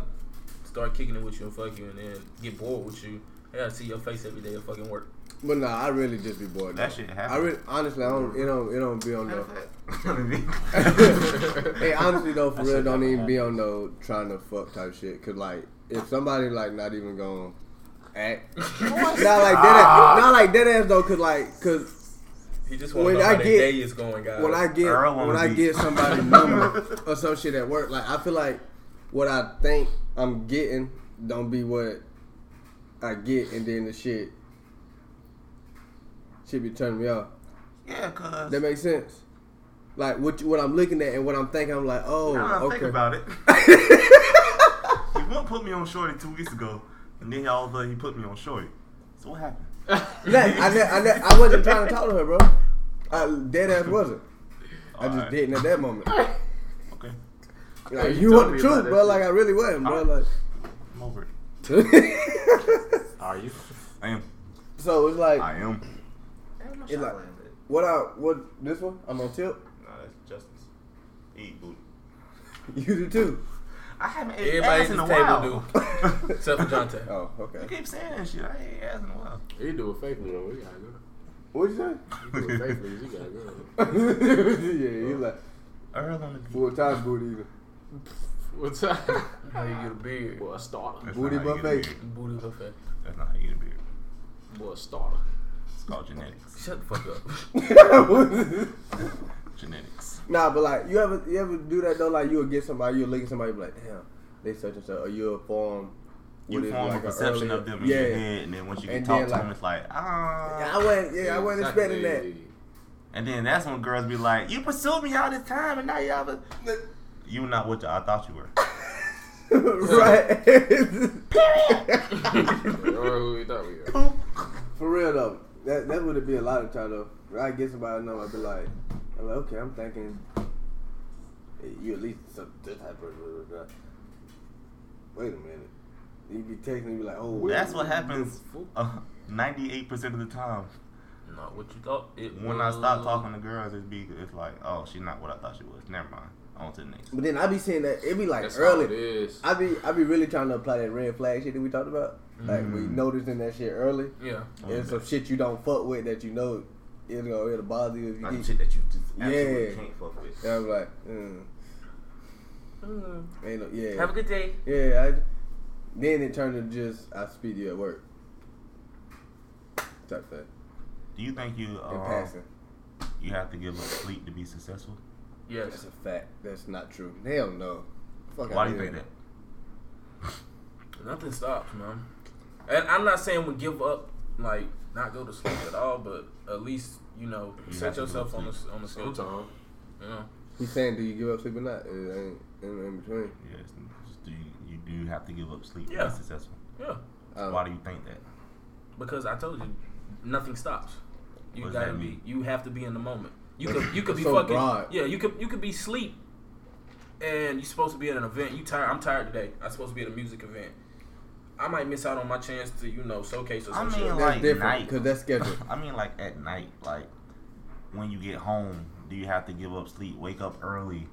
C: start kicking it with you and fuck you, and then get bored with you, I gotta see your face every day at fucking work.
B: But nah, I really just be bored.
A: That
B: though.
A: shit
B: I
A: happens.
B: really, honestly, I don't. It don't. It don't be on no.
A: I
B: hey, honestly though, for
H: That
B: real,
H: shit
B: don't
H: never
B: even be on
H: happens.
B: no trying to fuck type shit. Cause like, if somebody like not even gonna act, not like
A: Ah.
B: that, not like dead ass though. Cause like, cause
C: He just want
B: When
C: to know
B: I
C: how their
B: get-
C: day is going, guys.
B: when I get
A: Earl on
B: when
A: the
B: I
A: beat.
B: get somebody's number or some shit at work, like I feel like what I think I'm getting don't be what I get, and then the shit should be turning me off.
A: yeah, cause
B: That makes sense. Like what you- what I'm looking at and what I'm thinking, I'm like, oh,
A: now that I
B: okay.
A: think about it. he won't put me on shorty two weeks ago, and then all of a sudden he put me on shorty. So what happened?
B: Nah, I, ne- I, ne- I wasn't trying to talk to her, bro. I dead ass wasn't. I just
A: Alright,
B: didn't at that moment. Like,
A: Okay,
E: you
B: you want
E: told
B: the
E: me
B: truth,
E: about
B: bro?
E: that
B: Like I really wasn't, bro. Like,
A: I'm over it.
H: Are you?
A: I am.
B: so it's like
A: I am.
B: it's like what I what this one? I'm on tilt.
A: Nah, that's justice. Eat booty.
B: You do too.
A: I haven't ate
C: Everybody
A: ass
C: at
A: in a
C: this
A: while.
C: table do, except for Jonte.
B: Oh,
A: You
B: okay.
A: keep saying that shit. I ain't ass in a while.
E: you do it faithfully, though. We gotta go.
B: What you say?
E: You do it faithfully. You gotta go.
B: yeah, you like
A: Earl on the beat.
B: full time booty eater.
E: What's up?
C: How you get a beard?
E: Boy, a starter.
A: That's
B: Booty
A: not how you get a
B: buffet.
A: beard.
C: Booty buffet.
A: That's not how you get a beard.
E: Boy, a starter.
A: It's called genetics.
C: Shut the fuck up.
A: Genetics.
B: nah, but like you ever you ever do that though? Like you'll get somebody, you'll look at somebody, you be like, damn, they such and such, or you'll form. what
A: You
B: is
A: form
B: like
A: a perception
B: earlier-
A: of them in
B: yeah.
A: your head, and then once you can
B: And
A: talk
B: then,
A: to
B: like-
A: them, it's like, ah.
B: Yeah, I wasn't. Yeah, I wasn't expecting that.
A: And then that's when girls be like, you pursued me all this time, and now y'all. Was... You not what I thought you were.
B: right.
E: Or who we thought we were.
B: For real though, that that would be a lot of time though. When I get somebody I know, I'd be like, I'm like, okay, I'm thinking hey, you at least some this type of blah, blah, blah. Wait a minute. You be texting me be like, oh,
A: That's what happens uh, 98% of the time.
C: No, what you thought? It
A: When I stop
C: was-
A: talking to girls, it's, be, it's like, oh, she's not what I thought she was. Never mind. On to the next.
B: But then I be seeing that it be like
E: That's how it
B: early.
E: is.
B: I be I be really trying to apply that red flag shit that we talked about. Like we
A: Mm.
B: noticing that shit early.
C: Yeah.
A: Oh,
B: And some shit you don't fuck with that you know it'll it'll bother you if you
A: Like
B: get
A: shit that you just absolutely
B: Yeah.
A: can't fuck with.
B: Yeah, I'm like, mm, ain't no, yeah,
C: Have a good day.
B: yeah. I, then it turned to just I speed you at work. type thing.
A: Do you think you
B: In
A: uh,
B: passing.
A: you have to give up sleep to be successful?
B: That's
C: Yes.
B: a fact. That's not true. Hell no. Fuck
A: Why
B: outta
A: do you
B: here.
A: think that?
C: Nothing stops, man. And I'm not saying we give up, like not go to sleep at all, but at least you know
A: You have
C: set
A: to go to
C: yourself on the on the schedule.
E: Sometimes.
C: You know,
B: He's saying, do you give up sleep or not? It ain't in, in between.
A: Yes. Just do you, you do have to give up sleep to
C: Yeah.
A: be successful?
C: yeah.
B: Um,
A: Why do you think that?
C: Because I told you, nothing stops. You
A: What does
C: gotta
A: that
C: be.
A: mean?
C: You have to be in the moment. You could. You could be
B: So
C: fucking.
B: broad.
C: Yeah. You could. You could be sleep, and you're supposed to be at an event. You tired. I'm tired today. I'm supposed to be at a music event. I might miss out on my chance to you know showcase or
A: I
C: some
A: mean,
C: shit.
B: that's
A: like
B: different
A: night.
B: because that's scheduled.
A: I mean, like at night, like when you get home, do you have to give up sleep, wake up early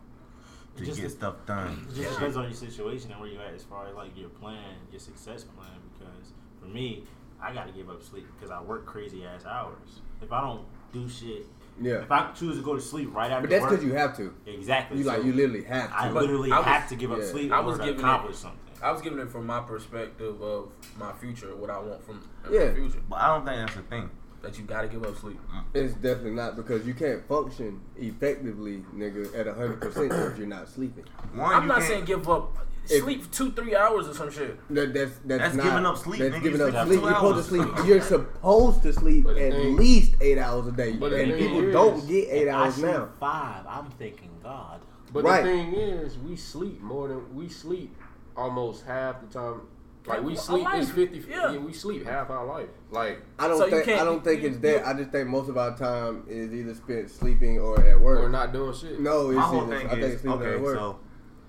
A: to
I: Just-
A: get stuff done?
I: It
A: Shit.
I: just depends on your situation and where you're at as far as like your plan, your success plan. Because for me, I gotta give up sleep because I work crazy ass hours. If I don't do shit,
B: Yeah,
I: if I choose to go to sleep right after
B: but that's
I: work,
B: because you have to.
I: exactly
B: You
I: so
B: like you literally have to.
I: I
C: But
I: literally
C: I was-
I: have to give up
B: yeah.
I: sleep.
C: I
I: I
C: was
I: was
C: giving
I: to
C: it-
I: accomplish something.
C: I was giving it from my perspective of my future, what I want from in
B: Yeah.
C: my future.
A: But I don't think that's the thing.
C: That you gotta give up sleep.
B: It's definitely not because you can't function effectively, nigga, at hundred percent if you're not sleeping.
A: One,
C: I'm
A: you
C: not
A: can't-
C: saying give up.
B: If-
C: Sleep for two, three hours or some shit.
B: That, that's that's,
A: That's
B: not,
A: giving up sleep,
B: That's
A: nigga.
B: giving
A: You
B: up
A: sleep two
B: sleep. You're supposed to
A: hours.
B: sleep. You're supposed to sleep
E: But the
B: at
E: thing-
B: least eight hours a day,
E: but the
B: and
E: thing
B: people
E: is-
B: don't get eight
I: If I
B: hours
I: sleep
B: now.
I: Five. I'm thinking God.
E: But
B: Right.
E: the thing is, we sleep more than we sleep almost half the time. Like we
C: Our
E: sleep is
C: life.
E: 50
C: Yeah.
E: yeah. we sleep half our life. Like
B: I don't
C: So you
B: think I
C: can't-
B: don't think
C: you-
B: it's
C: you-
B: that. I just think most of our time is either spent sleeping or at work.
E: we're not doing shit.
B: No, it's
A: My whole
B: either,
A: thing
B: I think it's
A: is
B: sleeping
A: okay.
B: at work.
A: So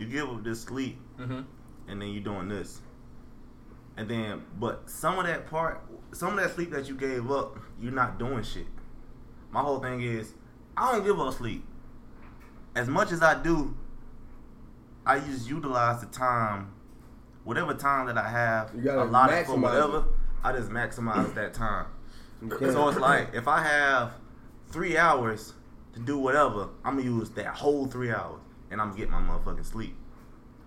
A: you give up this sleep,
B: Mm-hmm.
C: Mhm.
A: and then you doing this, and then but some of that part, some of that sleep that you gave up, you're not doing shit. My whole thing is I don't give up sleep. As much as I do, I just utilize the time, whatever time that I have
B: You gotta
A: allotted for
B: maximize
A: whatever.
B: it.
A: I just maximize that time.
B: You can't-
A: So it's like if I have three hours to do whatever, I'm gonna use that whole three hours and I'm gonna get my motherfucking sleep.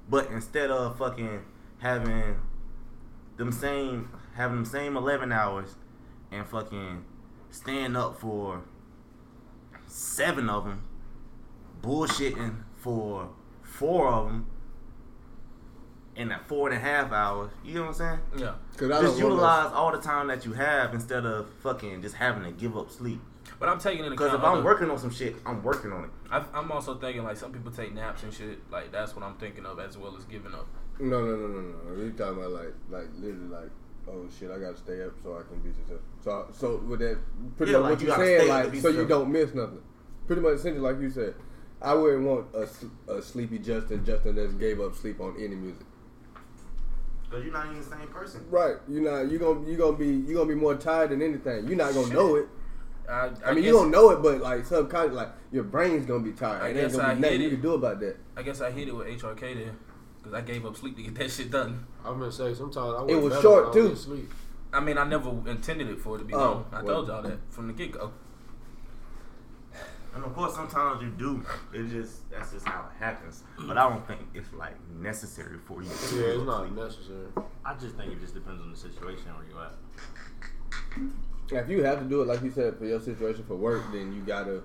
A: But instead of fucking having them same having them same eleven hours and fucking staying up for seven of them, bullshitting for four of them in that four and a half hours, you know what I'm saying?
C: Yeah.
B: 'Cause
A: Just
B: I don't want
A: utilize all the time that you have instead of fucking just having to give up sleep.
C: But I'm taking into
A: Because
C: account.
A: if I'm
C: other-
A: working on some shit, I'm working on it.
C: I, I'm also thinking like some people take naps and shit. Like that's what I'm thinking of as well as giving up.
B: no, no, no, no, no. You talking about like, like literally, like, oh shit, I gotta stay up so I can be successful. So, so with that, pretty
A: Yeah,
B: much
A: like,
B: what
A: you
B: you are
A: gotta
B: saying,
A: stay up to
B: like,
A: be
B: so you
A: successful.
B: don't miss nothing. Pretty much essentially, like you said, I wouldn't want a, s- a sleepy Justin, Justin that gave up sleep on any music.
A: Because you're not even the same person.
B: Right? You not you gonna you gonna be you gonna be more tired than anything. You're not gonna know it.
C: I,
B: I mean,
C: guess,
B: you don't know it, but like subconscious, like your brain's gonna be tired.
C: I
B: It ain't
C: guess
B: gonna
C: I
B: be nothing
C: hit
B: you
C: it.
B: can do about that.
C: I guess I hit it with HRK then, because I gave up sleep to get that shit done.
E: I'm gonna say sometimes I
B: It
E: wake
B: was
E: better
B: short,
E: when I was
B: too.
E: Sleep.
C: I mean, I never intended it for it to be
B: Oh,
C: long. I
B: well.
C: told y'all that from the get go.
A: And of course, sometimes you do. It just, that's just how it happens. But I don't think it's like necessary for you. to
E: Yeah, it's
A: give up
E: not
A: sleep.
E: necessary.
I: I just think it just depends on the situation where you're at.
B: If you have to do it, like you said, for your situation for work, then you gotta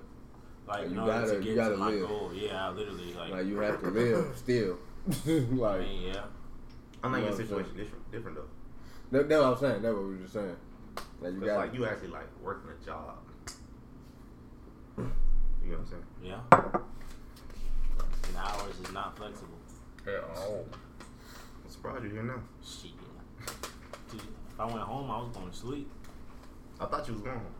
I: Like,
B: You
I: no,
B: gotta-
I: to
B: you
I: get
B: gotta
I: to my
B: live.
I: goal. Yeah, I literally like.
B: like you have to live still.
I: I
B: like
I: mean, yeah.
A: I think your
B: Yeah,
A: situation is different though.
B: that, that's what I'm saying. That's what we were just saying. Like you
A: 'Cause,
B: got
A: like, you actually like working a job. You know what I'm saying?
I: Yeah. And hours is not flexible.
C: oh,
A: I'm surprised you're here now.
I: Shit. Dude, if I went home, I was going to sleep.
A: I thought you was going home.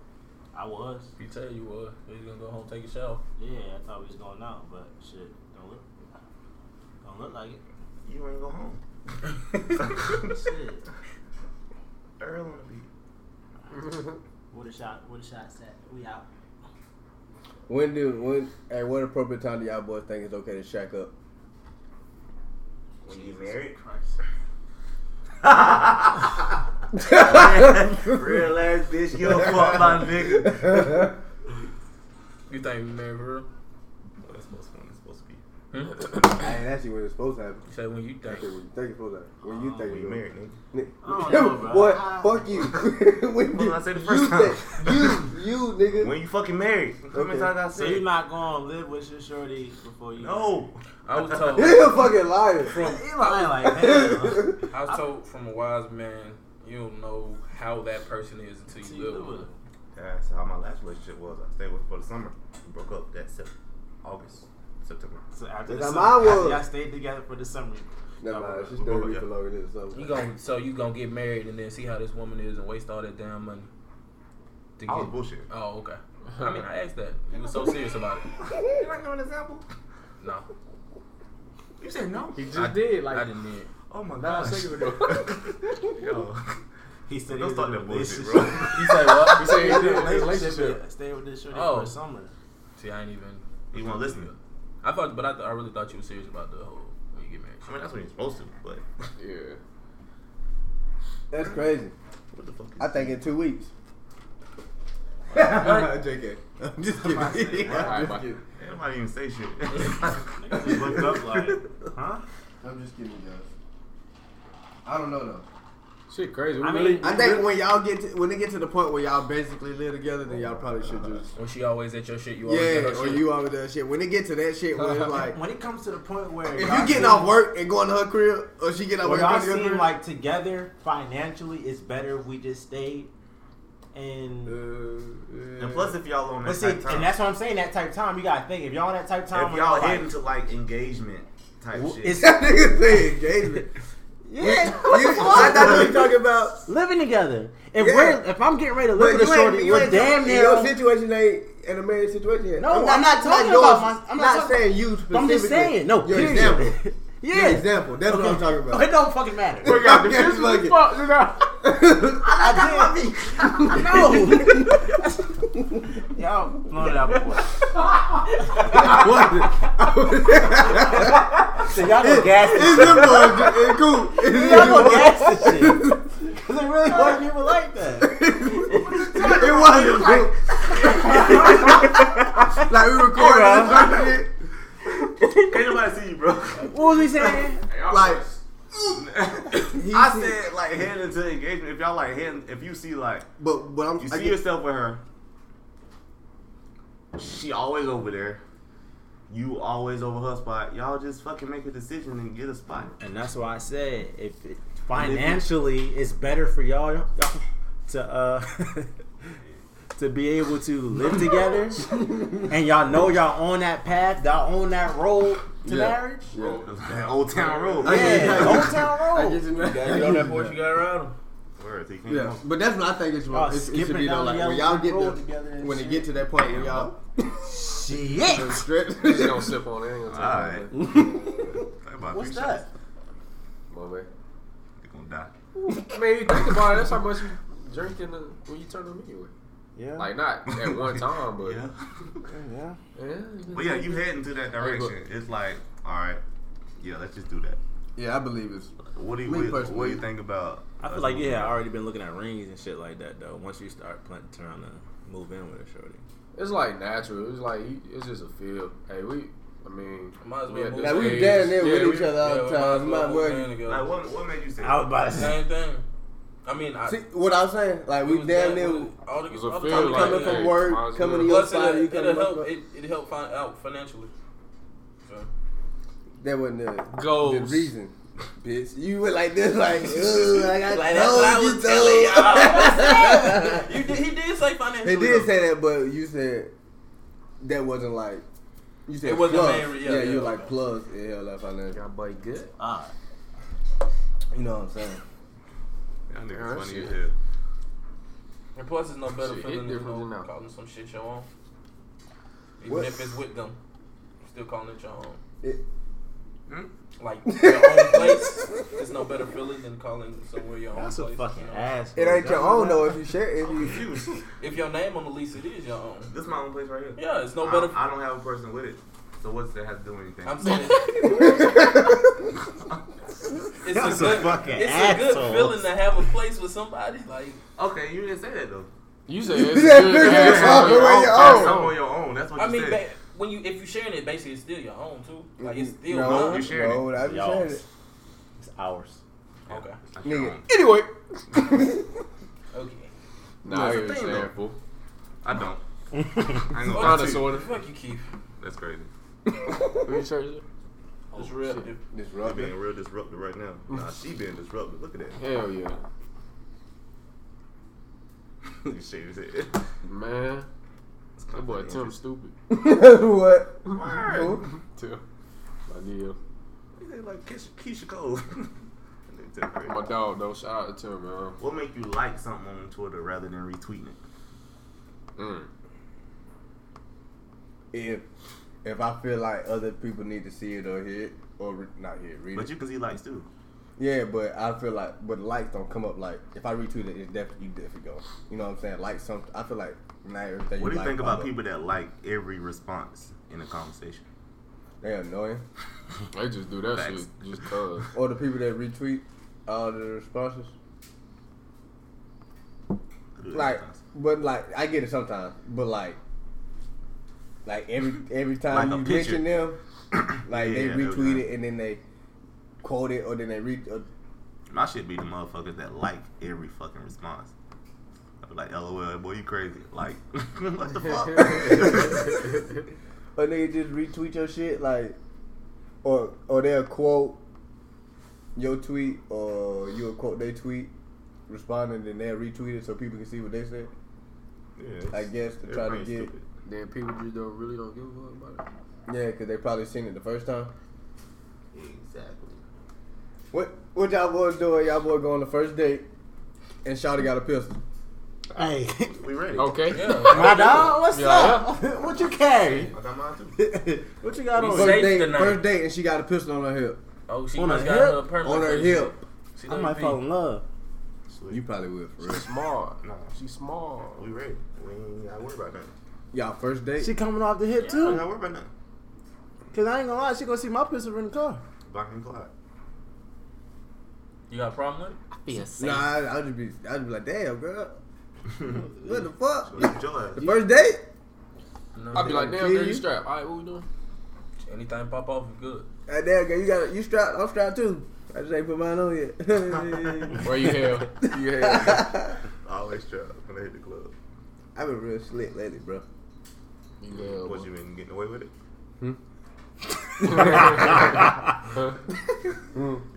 I: I was.
C: He tell you what, he's gonna go home take a shower.
I: Yeah, I thought we was going out, but shit, don't look, don't look like it.
A: You ain't go home.
I: shit.
A: Earl on the beat.
I: What a shot! What a shot! Set. We out.
B: when do when at what appropriate time do y'all boys think it's okay to shack up?
A: When you married?
I: Christ.
A: Real ass bitch, you don't fuck my nigga.
C: You think we married for real?
A: That's supposed to be. It's supposed to be.
B: I ain't asked you when it's supposed to happen.
C: You say when you
B: I said
C: think.
B: when you think it's supposed to happen. When you think
A: we
B: it's
A: married, nigga.
B: supposed to
I: I don't know, bro.
B: What?
I: I-
B: Fuck you. when
A: What
B: you,
A: did I say the first
B: you
A: time?
B: said- you, you, nigga.
A: When you fucking married? How many
B: Okay.
A: times I
I: So
A: said
I: you're not gonna live with your shorty before you?
A: no?
C: I was told
B: you a fucking liar.
C: from
I: Eli like hell.
C: I was told from a wise man, you don't know how that person is until you live with them.
A: That's how my last relationship was. I stayed with her for the summer. We broke up that Sep- August, September.
I: So after the
B: That's
I: summer,
B: how mine
I: after
B: was.
I: y'all stayed together for the summer.
B: Never mind. She's
A: We'll
B: still
A: go
B: with me
A: with
B: for
A: that.
B: longer than something.
C: You gon' so you gonna get married and then see how this woman is and waste all that damn money. To
A: I was bullshit.
C: Oh, okay. I mean, I asked that. You were so serious about it.
A: Did I give an example?
C: No,
A: You said no.
E: He just did like
C: I didn't need. it.
A: Oh my
E: nine
A: gosh.
E: seconds ago.
A: Yo,
I: He said
A: don't
I: he
A: start
I: was in a
A: that bullshit,
I: relationship.
A: bro.
C: You say what?
E: he said he did
I: Stayed
E: in a
I: with
E: relationship.
I: this- Stayed with this shorty
C: Oh.
I: for the summer.
C: See, I ain't even.
A: You want to listen?
C: I thought, but I, th- I really thought you were serious about the whole when you get married.
A: I mean, that's what you're supposed to. But
E: Yeah.
B: That's crazy.
A: what the fuck? Is
B: I think in two weeks.
C: What?
B: JK. I'm just kidding. I'm just kidding.
E: Alright, bye.
A: Everybody even say shit.
I: Niggas just looked up like, huh?
B: I'm just kidding, guys. I don't know though.
E: Shit crazy. We
I: I
E: really,
I: mean,
B: I think when y'all get to, when they get to the point where y'all basically live together, then y'all probably should just
C: When she always at your shit, you always
B: yeah,
C: at her
B: or
C: shit.
B: you all with that shit. When they get to that shit, where it's like
I: When it comes to the point where
B: if you
I: y'all
B: getting
I: seem-
B: off work and going to her crib, or she getting off work
I: Well,
B: and
I: y'all
B: going to your
I: seem
B: crib,
I: like together financially, it's better if we just stayed. And
B: uh,
A: and plus, if y'all on that
I: but see,
A: type time,
I: and that's what I'm saying. That type of time, you gotta think. If y'all on that type of time,
A: if
I: when
A: y'all
I: like-
A: heading to like engagement type
I: Well,
A: shit,
I: it's-
B: that nigga say engagement.
I: yeah,
B: You, I thought you were talking about,
I: living together. If
B: Yeah.
I: we're if I'm getting ready to
B: but
I: live with
B: you
I: a
B: ain't,
I: shorty,
B: you
I: we're
B: ain't
I: damn
B: damn
I: near.
B: your
I: on-
B: situation ain't in a married situation yet.
I: No, I'm not talking about my- I'm not talking-
B: saying you. Specifically.
I: I'm just saying, no.
B: Your
I: period.
B: example. Your
I: yeah.
B: example. That's what I'm talking about.
I: It don't fucking matter.
E: we got the
B: Fuck
E: fuck
B: it.
E: you know.
I: I did. No. Y'all blown it out before. So y'all go gas this
B: It's
I: shit.
B: simple. It's it's cool. It's
I: Y'all
B: simple.
I: go gas this shit. Cause it really wasn't even like that.
B: It wasn't cool. like we recorded this right here.
A: can't nobody see you, bro.
I: What was he saying?
B: Like he
A: I
B: said-
A: said like heading to engagement. If y'all like heading, if you see like
B: but but I'm
A: you
B: I
A: see
B: get-
A: yourself with her, she always over there. You always over her spot. Y'all just fucking make a decision and get a spot.
I: And that's why I said if it, financially it's better for y'all y'all to uh to be able to live together and y'all know y'all on that path, y'all on that road to
B: Yeah.
I: marriage.
B: Yeah.
A: Old Town Road.
B: I get
I: Yeah,
B: it.
I: Old Town Road.
B: I get you, man.
C: Gotta get on that porch, you gotta ride 'em.
A: Words, he can't
B: Yeah,
A: come.
B: but that's what I think it's,
I: Y'all
B: it's it should
I: skipping
B: be though.
I: down
B: Like
I: the
B: when
I: yellow
B: y'all get
I: road
B: to
I: together and
B: when it
I: shit.
B: get to that point where y'all
I: Shit.
B: stretch.
E: She gonna sip on it. Ain't gonna take
A: Alright.
E: it.
A: Think about
I: What's
A: three
I: that?
A: shots.
E: Come on, man.
A: They gonna die.
E: I mean, you think about it. That's how much you drink in the, when you turn them anyway.
I: Yeah.
E: Like not at one time, but
A: Yeah.
E: yeah.
I: yeah.
A: But yeah, you heading to that direction. It's like, all right, yeah, let's just do that.
B: yeah, I believe it's
A: What do you
B: Me
A: what, what
B: personally.
A: do you think about?
K: I
A: uh,
K: feel
A: us
K: like you
A: moving
K: had
A: on?
K: already been looking at rings and shit like that though. Once you start pl- trying to move in with a shorty,
E: It's like natural. It's like you- it's just a feel. Hey, we. I mean,
C: Might as well
E: we at
C: move
E: this
B: like we
E: age.
B: down there
E: Yeah,
B: with
E: we-
B: each other all
C: Yeah,
B: the
C: we
B: time.
C: might
B: My
C: as well move in
B: word.
C: together.
A: Like what? What made you say?
K: I was about to say,
C: Same thing. I mean, I,
B: See what I'm saying? Like we down there.
C: All the,
E: It's a
C: all the
E: feel
C: time
E: like
B: coming
E: hey,
B: from
C: yeah.
B: work,
E: might as
B: coming
E: well.
B: to your
C: Plus,
B: spot,
C: it'll,
B: you coming
C: it'll
B: to my
C: help.
B: spot.
C: It, it'll help find out financially. So,
B: That wasn't the, the
E: Goals.
B: reason, bitch. You were like this, like, ugh, I got
C: Like,
B: like
C: that's what I was
B: told you.
C: you did, he did say financially.
B: They did
C: though.
B: say that, but you said that wasn't like. You said
C: It wasn't
B: plus.
C: main re- yeah,
B: yeah,
C: yeah,
B: you were
C: okay.
B: like plus. Yeah, like financial.
E: Y'all buddy good.
I: Ah.
B: You know what I'm saying?
A: Y'all
E: Yeah,
A: niggas funny
E: shit.
A: as hell.
C: And plus, it's no better
E: Shit,
C: feeling
E: it
C: than
E: different
C: you
E: than
C: know,
E: now.
C: calling some shit your own. Even
B: What?
C: if it's with them, you're still calling it your own.
B: It-
C: Like your own place, it's no better feeling than calling somewhere your own
I: That's a
C: place.
I: fucking
C: you know?
I: ass.
B: It ain't your own though. If you share, if you
A: Confused.
C: If your name on the lease, it is your own.
A: This is my own place right here.
C: Yeah, it's no
A: I-
I: Ah,
C: better.
A: I, don't have a person with it. So what's that have to do with anything?
C: I'm saying it's, it's a good, it's a good feeling to have a place with somebody. Like
A: okay, you didn't say that though.
E: You said it's
B: Yeah,
E: good.
B: nigga,
E: to have
B: it's all Oh.
E: your
B: the way you
E: own time.
B: own.
A: I'm on your own. That's what
C: I
A: you
C: mean,
A: said.
C: ba- when you if you sharing it, basically it's still your own too. Like it's still
B: no,
C: mine.
A: you're sharing
B: no, I just
I: Y'all.
B: said it.
I: It's ours.
C: Okay.
B: Nigga.
E: Anyway.
C: Okay.
E: Nah, I
A: That's the thing,
E: hear what you're saying,
A: though.
E: fool.
A: I don't. I ain't gonna
E: Kinda,
A: lie to you.
E: sorta.
C: Fuck you, Keith.
A: That's crazy.
E: Research.
C: It's real.
E: shit.
A: You're
B: Disruptive.
A: being real disruptive right now. Nah, she being disruptive. Look at that.
E: Hell yeah.
A: you shaved his head.
E: Man.
A: That's
E: That boy
A: confident.
E: Tim stupid.
B: what?
A: Word.
E: Tim. My deal.
A: He look like Keisha, Keisha Cole. That nigga Tim crazy.
E: My dog though. Shout out to Tim, man.
A: what make you like something on Twitter rather than retweeting it?
E: Mm.
B: If if I feel like other people need to see it or hear it or re- not hear it, read
A: But
B: it.
A: you can see likes too.
B: Yeah, but I feel like but likes don't come up like if I retweet it, it's definitely you definitely go. You know what I'm saying? Like something. I feel like not everything.
A: What do you
B: like
A: think about
B: follow.
A: people that like every response in a conversation?
B: They annoying.
E: They just do that
A: Facts.
E: shit just cause.
B: Or the people that retweet all the responses. Like, but like I get it sometimes, but like, like every every time
A: Like a
B: you
A: picture.
B: mention them, like
A: Yeah,
B: they
A: that was
B: retweet
A: nice.
B: it and then they quote it or then they read. Uh,
A: My shit be the motherfuckers that like every fucking response. I be like, LOL, boy, you crazy. Like, what the fuck?
B: or they just retweet your shit like, or or they'll quote your tweet or you'll quote their tweet, respond and then they'll retweet it so people can see what they said.
A: yeah,
B: I guess to try to
A: everybody's
B: get
A: stupid.
E: Then people just don't really don't give a fuck about it.
B: yeah, cause they probably seen it the first time.
A: Exactly.
B: What what y'all boys doing? Y'all boy go on the first date, and Shawty got a pistol.
I: Hey,
A: We ready.
E: Okay.
C: Yeah.
I: my dog, what's
E: Yeah.
I: up? what you carry?
A: I got mine too.
I: what you got
C: We
I: on?
C: say-
I: you?
B: First
C: Safe
B: date,
C: tonight.
B: first date, and she got a pistol on her hip.
C: Oh, she
I: On
C: must
I: her
C: got
I: hip?
C: her permit.
B: On her
C: first.
B: hip.
C: She
I: I
C: let
I: might
C: me
I: fall
C: be.
I: in love.
B: You probably would for real.
E: She's smart.
A: Nah,
E: She's smart.
A: we ready. We ain't gotta worry about nothing.
B: Y'all first date.
I: She coming off the hip
A: We ain't
I: too.
A: gotta worry about nothing.
I: Cause I ain't gonna lie, she gonna see my pistol in the car.
A: Black and Clyde.
C: You got a problem with it?
B: nah, I, I'd just be, I'd be like, damn, girl, what the fuck?
A: Enjoy.
B: The first date?
C: No.
E: I'd be like, damn,
B: Kill
E: girl,
B: you.
E: you strapped. All right, what we doing?
C: anything pop off is good.
B: Hey, damn, girl, you got, you strapped, I'm strapped too. I just ain't put mine on yet.
E: Where you hell? You hell?
A: I always try when I hit the club.
B: I've been real slick lately, bro.
E: You hell?
A: What
E: boy.
A: you been getting away with it? You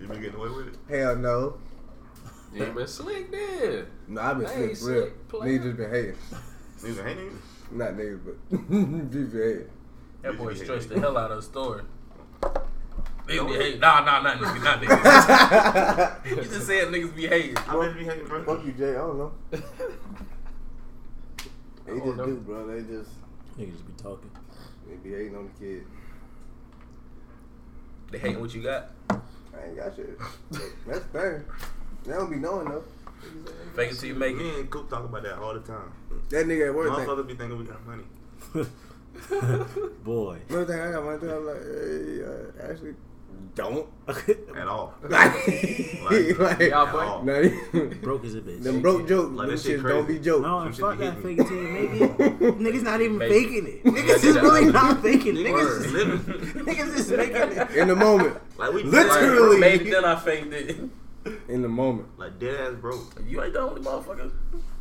A: been getting away with it?
B: Hell no.
E: You ain't been slick then.
B: No, I've been
E: I ain't
B: slick real.
E: slick, player.
B: Niggas just been hating.
A: You been hating?
B: Not niggas, but niggas been hating.
C: That
A: You
C: boy
A: should be
C: stretched the
A: hating.
C: hell out of the story. Niggas be hating. Nah, nah, nah, nigga, not niggas. you just said niggas be hating.
A: I been be hating, bro.
B: Fuck you, Jay. I don't know. They
E: don't
B: just
E: know.
B: do, bro. They just
I: Niggas just be talking.
B: they be hating on the kid.
C: They hating what you got.
B: I ain't got shit. That's fair. They don't be knowing though.
C: Fake it till you make it.
A: Me and Coop talk about that all the time.
B: That nigga at work. Think,
A: Motherfuckers be thinking we got money.
I: Boy.
B: one thing I got my thing. I'm like, hey, uh, actually, don't.
A: At all.
B: like,
E: Y'all
A: at
E: boy.
A: all.
B: nah,
I: Broke as a bitch.
B: them broke jokes.
A: Like,
B: them
A: that shit
B: shits don't
A: crazy.
B: be jokes.
I: No, and
A: Some
I: fuck
A: shit
I: that
A: be
I: fake it till you make it. Niggas not even
C: Make
I: faking it. Niggas is really not faking it. Niggas is niggas is making it.
B: In the moment.
A: Like we like,
B: Literally.
C: Maybe then I faked it.
B: In the moment.
A: like dead ass broke.
C: You ain't the only motherfucker.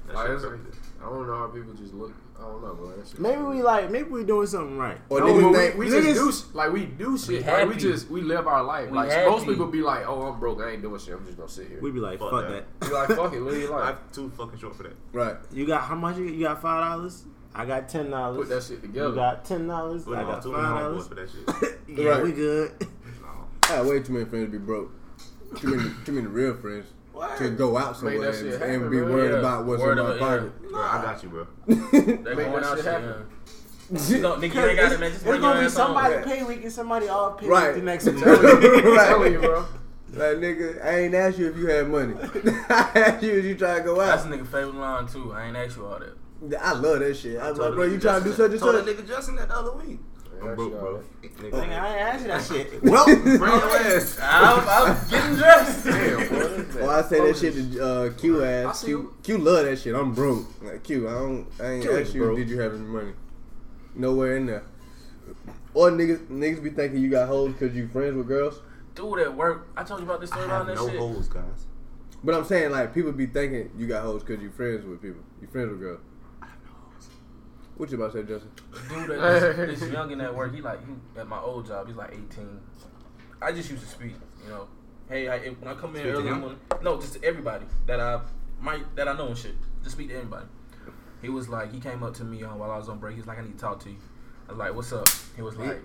A: That
E: Like,
A: shit
E: that's-
A: crazy.
E: I don't know how people just look. I don't know, bro. That shit-
I: Maybe we like maybe we doing something right.
B: Or
E: No,
B: niggas
E: but
B: think
E: we, we
I: niggas-
E: just do sh- like we do shit. like, we
C: happy.
E: just we live our life.
C: We
E: like most
C: happy.
E: people be like, "Oh, I'm broke. I ain't doing shit. I'm just gonna sit here."
I: We'd be like,
A: Fuck
I: fuck,
A: that.
I: that.
E: Be like, "Fuck it, live your life."
A: I'm too fucking short for that.
B: right.
I: You got how much? You, you got five dollars. I got ten dollars.
E: Put that shit
I: You
E: together.
I: got ten dollars.
A: Put
I: I
A: on
I: got
A: two
I: five
A: and homeboy
I: dollars.
A: for that shit.
I: Yeah,
B: Right.
I: we good.
A: No.
B: I had way too many friends to be broke. Too many, too many real friends to go out
E: Make
B: somewhere
E: that
B: and,
E: shit
B: and
E: happen,
B: be
E: bro.
B: worried
C: Yeah.
B: about what's
C: Worried
B: in my
C: about-
B: pocket.
A: Bro, I got you, bro.
C: They
E: Make
C: going
E: that
C: out
E: shit
C: shit
E: happen.
C: You don't, nigga, you ain't got it, man. Just
I: It's
C: bring
I: gonna
C: your
I: be
C: ass home.
I: somebody pay week and somebody all pay
B: Right.
I: week the next week.
E: I'm
B: right.
E: telling you, bro.
B: Like nigga, I ain't asked you if you had money. I asked you if you try to go
C: That's a
B: out.
C: nigga favorite line too. I ain't asked you all that.
B: I love that shit. I'm like,
A: Told
B: bro,
A: that
B: you
A: nigga
B: trying to do
A: Justin-
B: such and
A: told
B: such?
A: that nigga Justin that the other week.
E: Yeah,
A: I'm broke,
E: shit,
A: bro.
E: man.
I: Nigga,
A: Nigga,
I: I ain't ask you that shit.
B: Well,
A: bring your ass.
C: I'm, I'm getting dressed.
B: oh, I say that shit to uh, Q ass.
E: see
B: Q,
E: you.
B: Q love that shit. I'm broke. Like Q, I don't. I ain't
I: Q is
B: asked you.
I: broke.
B: Did you have any money? Nowhere in there. Or niggas, niggas be thinking you got hoes because you friends with girls.
C: Dude at work, I told you about this
A: I
C: story
A: have
C: about that
A: no
C: shit.
A: holes, guys.
B: But I'm saying like people be thinking you got hoes because you friends with people. You friends with girls. What you about to say, Justin?
C: Dude at this, this youngin at work, he like he, at my old job, he's like 18. I just used to speak, you know. Hey, I, if- when I come in
A: Speak to
C: early, in the
A: him?
C: morning- no, just to everybody that I might that I know and shit. Just speak to anybody. He was like, he came up to me uh, while I was on break. He was like, I need to talk to you. I was like, what's up? He was like,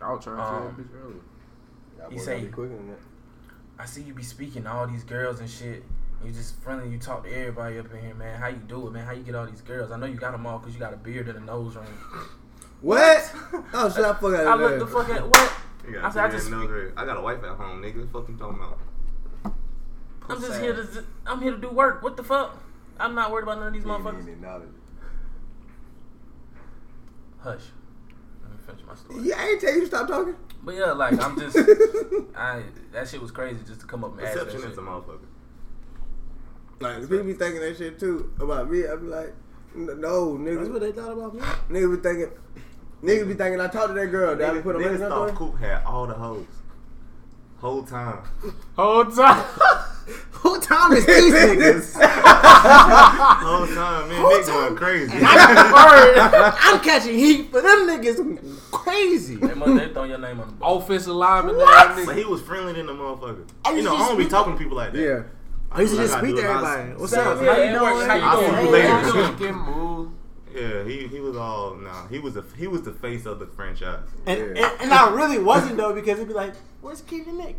E: I was trying to
C: Um,
E: say that bitch earlier.
B: Y'all
C: He
B: boys
C: say-
B: gotta be quicker than that.
C: I see you be speaking to all these girls and shit. You just friendly, you talk to everybody up in here, man. How you do it, man? How you get all these girls? I know you got them all because you got a beard and a nose ring.
B: What? Oh, shut up, fuck out
C: I
B: of
C: looked
B: there.
C: the fuck at what?
A: You
C: I said, I just
A: no grade. I got a wife at home, nigga. What the fuck you talking about?
C: I'm just here to I'm here to do work. What the fuck? I'm not worried about none of these motherfuckers.
B: Meaning knowledge.
C: Hush. Let me finish my story.
B: Yeah, I ain't tell you to stop talking.
C: But yeah, like I'm just I that shit was crazy just to come up and ask that
A: Perception
C: shit.
A: is a motherfucker.
B: Like people be thinking that shit too about me. I be like, n- no,
K: That's what
B: niggas.
K: they thought about me.
B: Niggas be thinking, niggas be thinking I talked to that girl. Did I
A: Niggas,
B: put a
A: niggas
B: ring
A: thought
B: on her?
A: Coop had all the hoes. Whole time.
E: Whole time.
I: Who time is these niggas?
A: Whole time, man. Niggas going crazy.
I: I'm catching heat for them niggas. Crazy.
C: They must they throw your name on the ball.
E: Offensive lineman.
I: What?
E: damn
A: But
E: nigga.
A: he was friendly than the motherfucker.
I: I
A: You
I: used
A: know,
I: to
A: I don't be
I: speak-
A: talking to people like that.
B: Yeah.
I: I used to
A: do
I: just
A: what
I: speak
A: do,
I: to
A: and I-
I: everybody. What's
C: Same
B: Oh,
I: up?
C: here,
I: How you
C: at work,
I: doing?
C: how
A: you
I: Hey,
A: doing?
I: hey,
A: Later.
I: how you doing?
E: Get moved.
A: Yeah, he he was all nah. He was the he was the face of the franchise.
I: And, and, and I really wasn't though because it'd be like, where's Keegan Nick?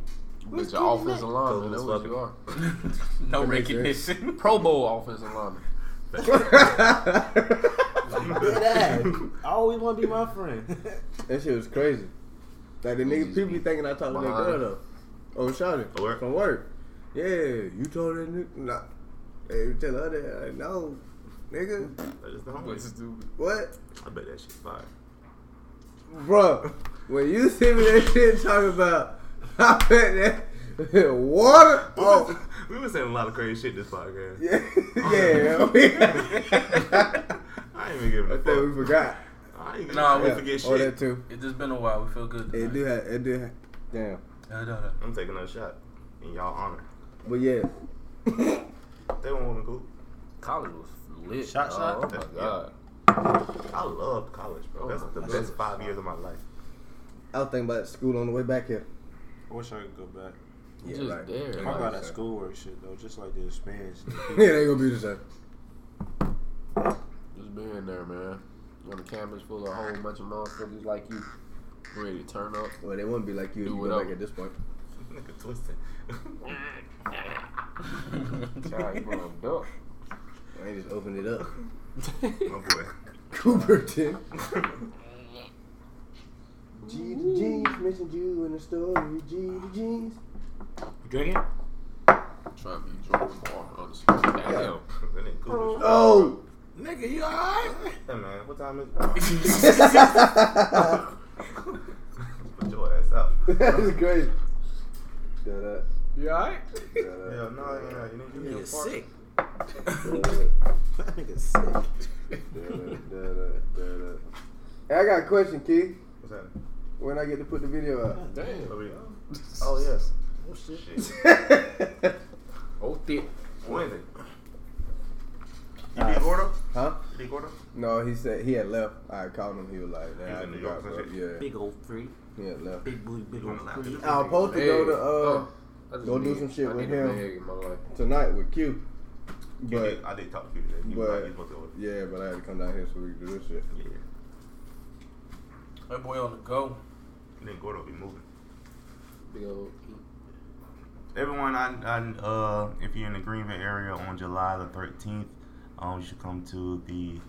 I: Where's
E: Bitch, an
I: Keegan
E: offensive
I: Nick?
E: lineman. That's what you are.
C: No recognition.
E: Pro Bowl offensive lineman.
I: Look at that. I always want to be my friend.
B: That shit was crazy. Like the niggas, people be thinking I talked to that
E: Behind.
B: girl though. Oh, shouting
A: From work?
B: from work. Yeah, you told that nigga. Nah, hey, you tell her that. Like, no, nigga,
A: That is the homie.
E: What's stupid?
B: what,
A: I bet that shit fire.
B: Bruh, When you see me that shit talking about, I bet that water. Oh,
A: We was saying a lot of crazy shit this podcast.
B: yeah, yeah. I, mean,
A: I ain't even giving
B: I
A: a
B: think we
A: fuck.
B: forgot.
A: I ain't even
C: Nah,
A: I ain't
C: we
B: Yeah,
A: forget
B: All
A: shit.
B: that too.
C: It's just been a while. We feel good.
B: It do. Have, it do. Have, damn.
C: Yeah, yeah, yeah.
A: I'm taking another shot in y'all honor.
B: But yeah,
A: They won't want to go.
E: College was lit.
K: Shot,
E: dog.
K: shot?
E: Oh my god.
A: I love college, bro. That's the best five years of my life.
B: I was thinking about school on the way back here.
H: I wish I could go back.
E: You
B: Yeah,
E: just
B: like-
E: there.
H: Talk about that schoolwork shit though, just like the experience.
B: it ain't gonna be the same.
E: Just being there, man. On the campus full of a whole bunch of motherfuckers like you. Ready to turn up.
B: Well, they wouldn't be like you if
E: Do
B: you
E: it
B: go
E: up.
B: back at this point.
A: Nigga twisted.
E: Sorry, bro. Duck.
B: I just opened it up.
A: My boy.
B: Cooperton. G to G's, missing you in the story. G to G's.
K: Drinking?
E: Trying to be drunk tomorrow, honestly. Goddamn.
A: That ain't cool.
B: Oh!
K: Nigga, you alright?
A: Hey man, what time is it?
B: That's
A: Put your ass up.
B: crazy. Shut up.
E: You alright?
B: Shut
A: Yeah, no,
B: up.
A: no, no. You need
K: Nigga
A: to get sick.
K: sick.
B: Shut up.
K: That nigga sick.
B: Shut up. Shut up. Shut up. Hey, I got a question, Keith.
A: What's happening?
B: When I get to put the video up.
E: Damn.
A: Over here. Oh yes. Oh shit. shit.
E: Oh, thick.
A: Wednesday. You did order?
B: huh?
A: You did order?
B: No, he said he had left. I called him. He was like, nah,
A: He's in
B: I
A: New
B: just
A: York,
B: got up.
A: isn't he?
B: Yeah,
I: Big old freak.
B: he had left.
I: Big blue, big old freak.
B: I was supposed to go to
A: oh.
B: uh
E: Oh, I just
B: go do
E: need-
B: some shit
E: I
B: with
E: need a
B: him.
E: bag in my life.
B: tonight with Q,
A: You
B: but
A: did. I did talk to you today. You
B: but-
A: was like, you supposed to order.
B: Yeah, but I had to come down here so we could do this shit.
A: Yeah.
C: That boy on the go.
A: And then Gordo be moving.
E: Big old-
A: Everyone, I, I, uh, if you're in the Greenville area on July the 13th, um, you should come to the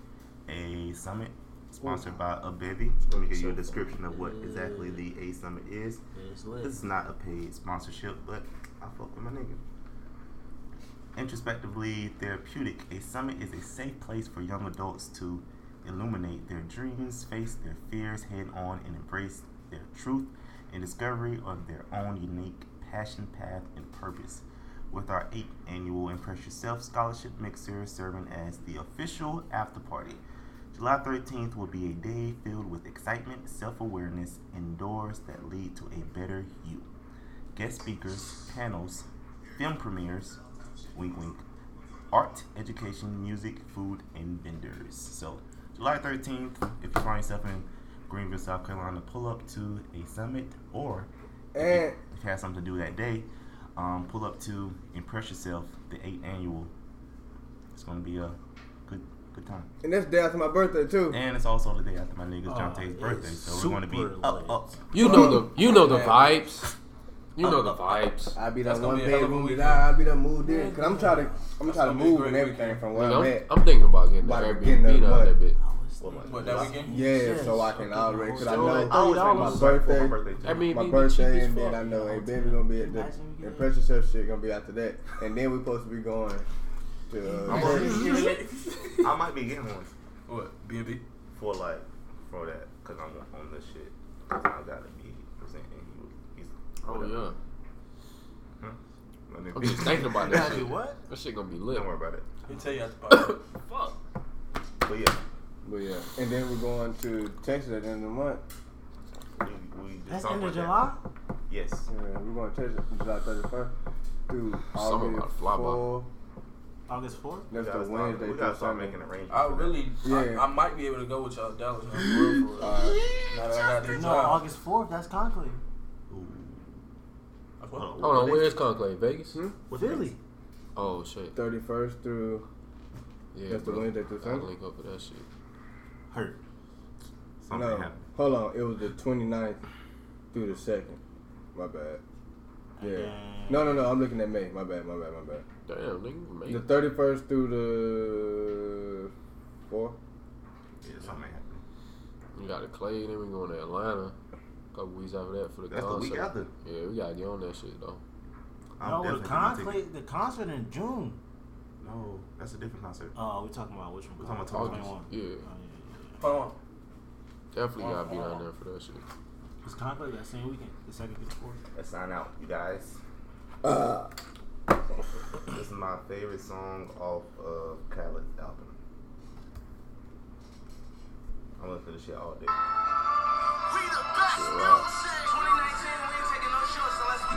A: A Summit sponsored by A Bevy. Let me give you a description of what exactly the A Summit is.
K: It's lit.
A: This is not a paid sponsorship, but I fuck with my nigga. Introspectively therapeutic, a summit is a safe place for young adults to illuminate their dreams, face their fears head on, and embrace their truth and discovery of their own unique passion, path, and purpose. With our eighth annual Impress Yourself Scholarship Mixer serving as the official after party, July 13th will be a day filled with excitement, self awareness, and doors that lead to a better you. Guest speakers, panels, film premieres, wink wink, art, education, music, food, and vendors. So, July 13th, if you find yourself in Greenville, South Carolina, pull up to a summit or
B: And
A: if you have something to do that day, um, pull up to Impress Yourself, the eighth annual. It's gonna be a good good time.
B: and that's down to my birthday too.
A: And it's also the day after my nigga Jonte's birthday, so we're gonna be
I: super
A: up up.
E: You know the you know the vibes. You know the vibes.
B: I be
C: That's
B: that
C: gonna
B: one
C: be a hell of a
B: bedroom
C: weekend.
B: that I be done moved in. Cause I'm trying to I'm trying to
C: gonna be a
B: move
C: great
B: and everything
C: weekend.
B: from where I'm
E: I'm,
B: at.
E: I'm thinking about getting the
B: Like, getting
E: Airbnb
B: the
E: the other
B: money.
E: bit.
C: What that weekend?
B: Yeah, so I can already cause I
E: So,
B: know
E: I always
B: Oh, my
E: think about
A: For my
B: birthday.
A: birthday too.
E: Airbnb
B: my
E: be
B: birthday,
E: cheap as
B: and then
E: fuck.
B: I know, hey, baby, gonna be at the impress yourself shit gonna be after that, and then we supposed to be going to.
A: I'm
B: Uh,
A: already- I might be getting one
C: What B and B?
A: for like for that because I'm on this shit. I gotta be presenting you. He's,
E: Oh yeah.
A: my nigga.
E: I'm just thinking about that shit.
I: What?
E: That shit gonna be lit.
A: Don't worry about it.
C: He tell you at the podcast.
E: Fuck.
A: But yeah,
E: But yeah.
B: and then we're going to Texas at the end of the month.
A: we, we just
I: That's
A: talked
I: end of
A: about that.
I: July.
A: Yes.
B: Yeah, we're going to Texas July thirty first. Dude,
E: Something about
B: August
E: to fly by.
B: four.
I: August fourth.
A: We
B: That's
A: gotta
B: the
A: start-
B: Wednesday
A: We gotta
B: through
A: start
B: Sunday.
A: making arrangements.
C: I
A: for that.
C: really,
B: Yeah.
C: I, I might be able to go with y'all Dallas. Now, for real, for real. Now that I got these
I: No,
C: jobs.
I: August fourth. That's Conclave.
C: What?
A: Hold
E: Hold on,
A: what
E: where
A: day-
E: is Conclave? Vegas?
B: Hmm?
A: what day
I: Philly.
E: Oh shit.
B: Thirty first through
E: Yeah.
B: That's the
E: bro.
B: Wednesday through
E: I'll
B: Sunday.
E: link up with that shit.
A: hurt. Something
B: no.
A: happened.
B: Hold on, it was the 29th through the second. My bad. Yeah. No, no, no. I'm looking at May. My bad. My bad. My bad.
E: Damn, nigga,
B: The
E: man.
B: 31st through the fourth.
A: Yeah, something happened.
E: We got to Clay, then we going to Atlanta. Couple weeks after that for the
A: That's the
E: concert.
A: week after.
E: Yeah, we gotta get on that shit though.
A: I'm
I: no,
A: definitely
I: the
A: gonna take-
I: Conclave, the concert in June.
A: No, that's a different concert.
I: Oh, we talking about which one?
A: We're talking about
I: Oh,
A: August.
I: 21.
E: Yeah,
I: Oh, yeah, yeah.
C: Hold on.
E: definitely gotta be down there for that shit.
I: It's Conclave that same weekend, the second through the fourth.
A: Let's sign out, you guys.
B: Uh,
A: This is my favorite song off of Khaled's album. I'm listening to this shit all day.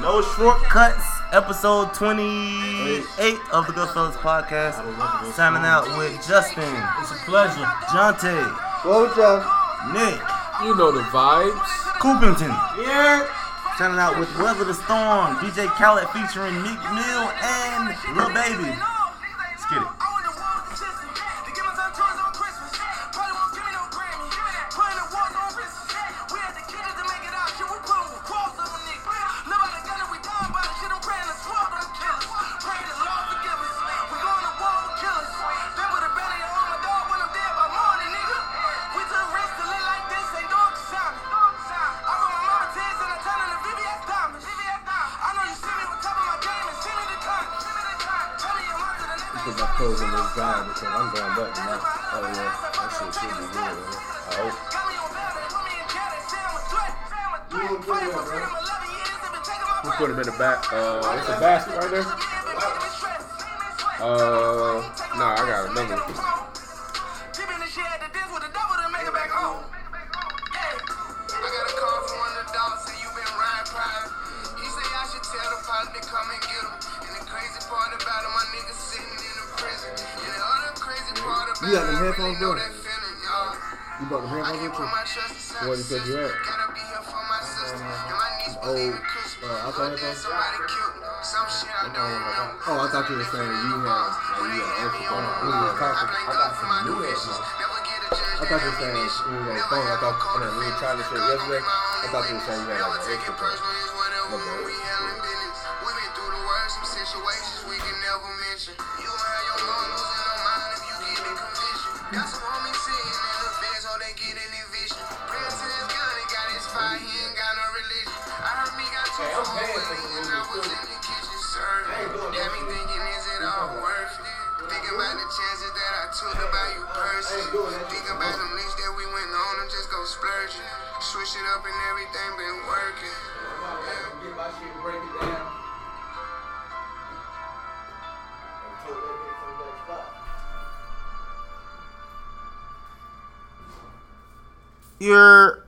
A: No shortcuts. Episode 28 of the Goodfellas podcast. Signing out with Justin,
I: It's a pleasure.
A: Jonte,
B: what was y'all?
A: Nick,
E: You know the vibes.
A: Coopington.
I: Yeah.
A: Shouting out with Weather the Storm, DJ Khaled featuring Meek Mill and Lil Baby. Let's get it.
D: I know you see me on top of my game and see me the time. See me the time. Tell me your mind to the next
B: Put my clothes in this guy because I'm going back tonight. Oh yeah, that shit should be good. man. I hope.
D: We
B: Put him in the back. Uh,
D: it's a basket right there. Uh, nah, I got another one.
B: You got them headphones on? You brought the
D: I
B: headphones
D: can't
B: with
D: put
B: you?
D: my trust in
B: Where you said you at?
D: Gotta be here for my sister. And my niece
B: Oh,
D: believe in Christmas.
B: uh, outside
D: Look,
B: headphones?
D: somebody cute. Some shit I don't remember.
B: Oh, I thought you were saying that you had like you had an extra phone. We was talking. I got some new headphones. I thought you were saying you was on the phone. I thought I mean, we were trying this shit yesterday. I thought you were saying you had like an extra phone. My bad.
D: Thinking about the chances that I took about you personally. Think about them links that we went on, I'm just gon' splurge it. Switch it up and everything been working.
A: You're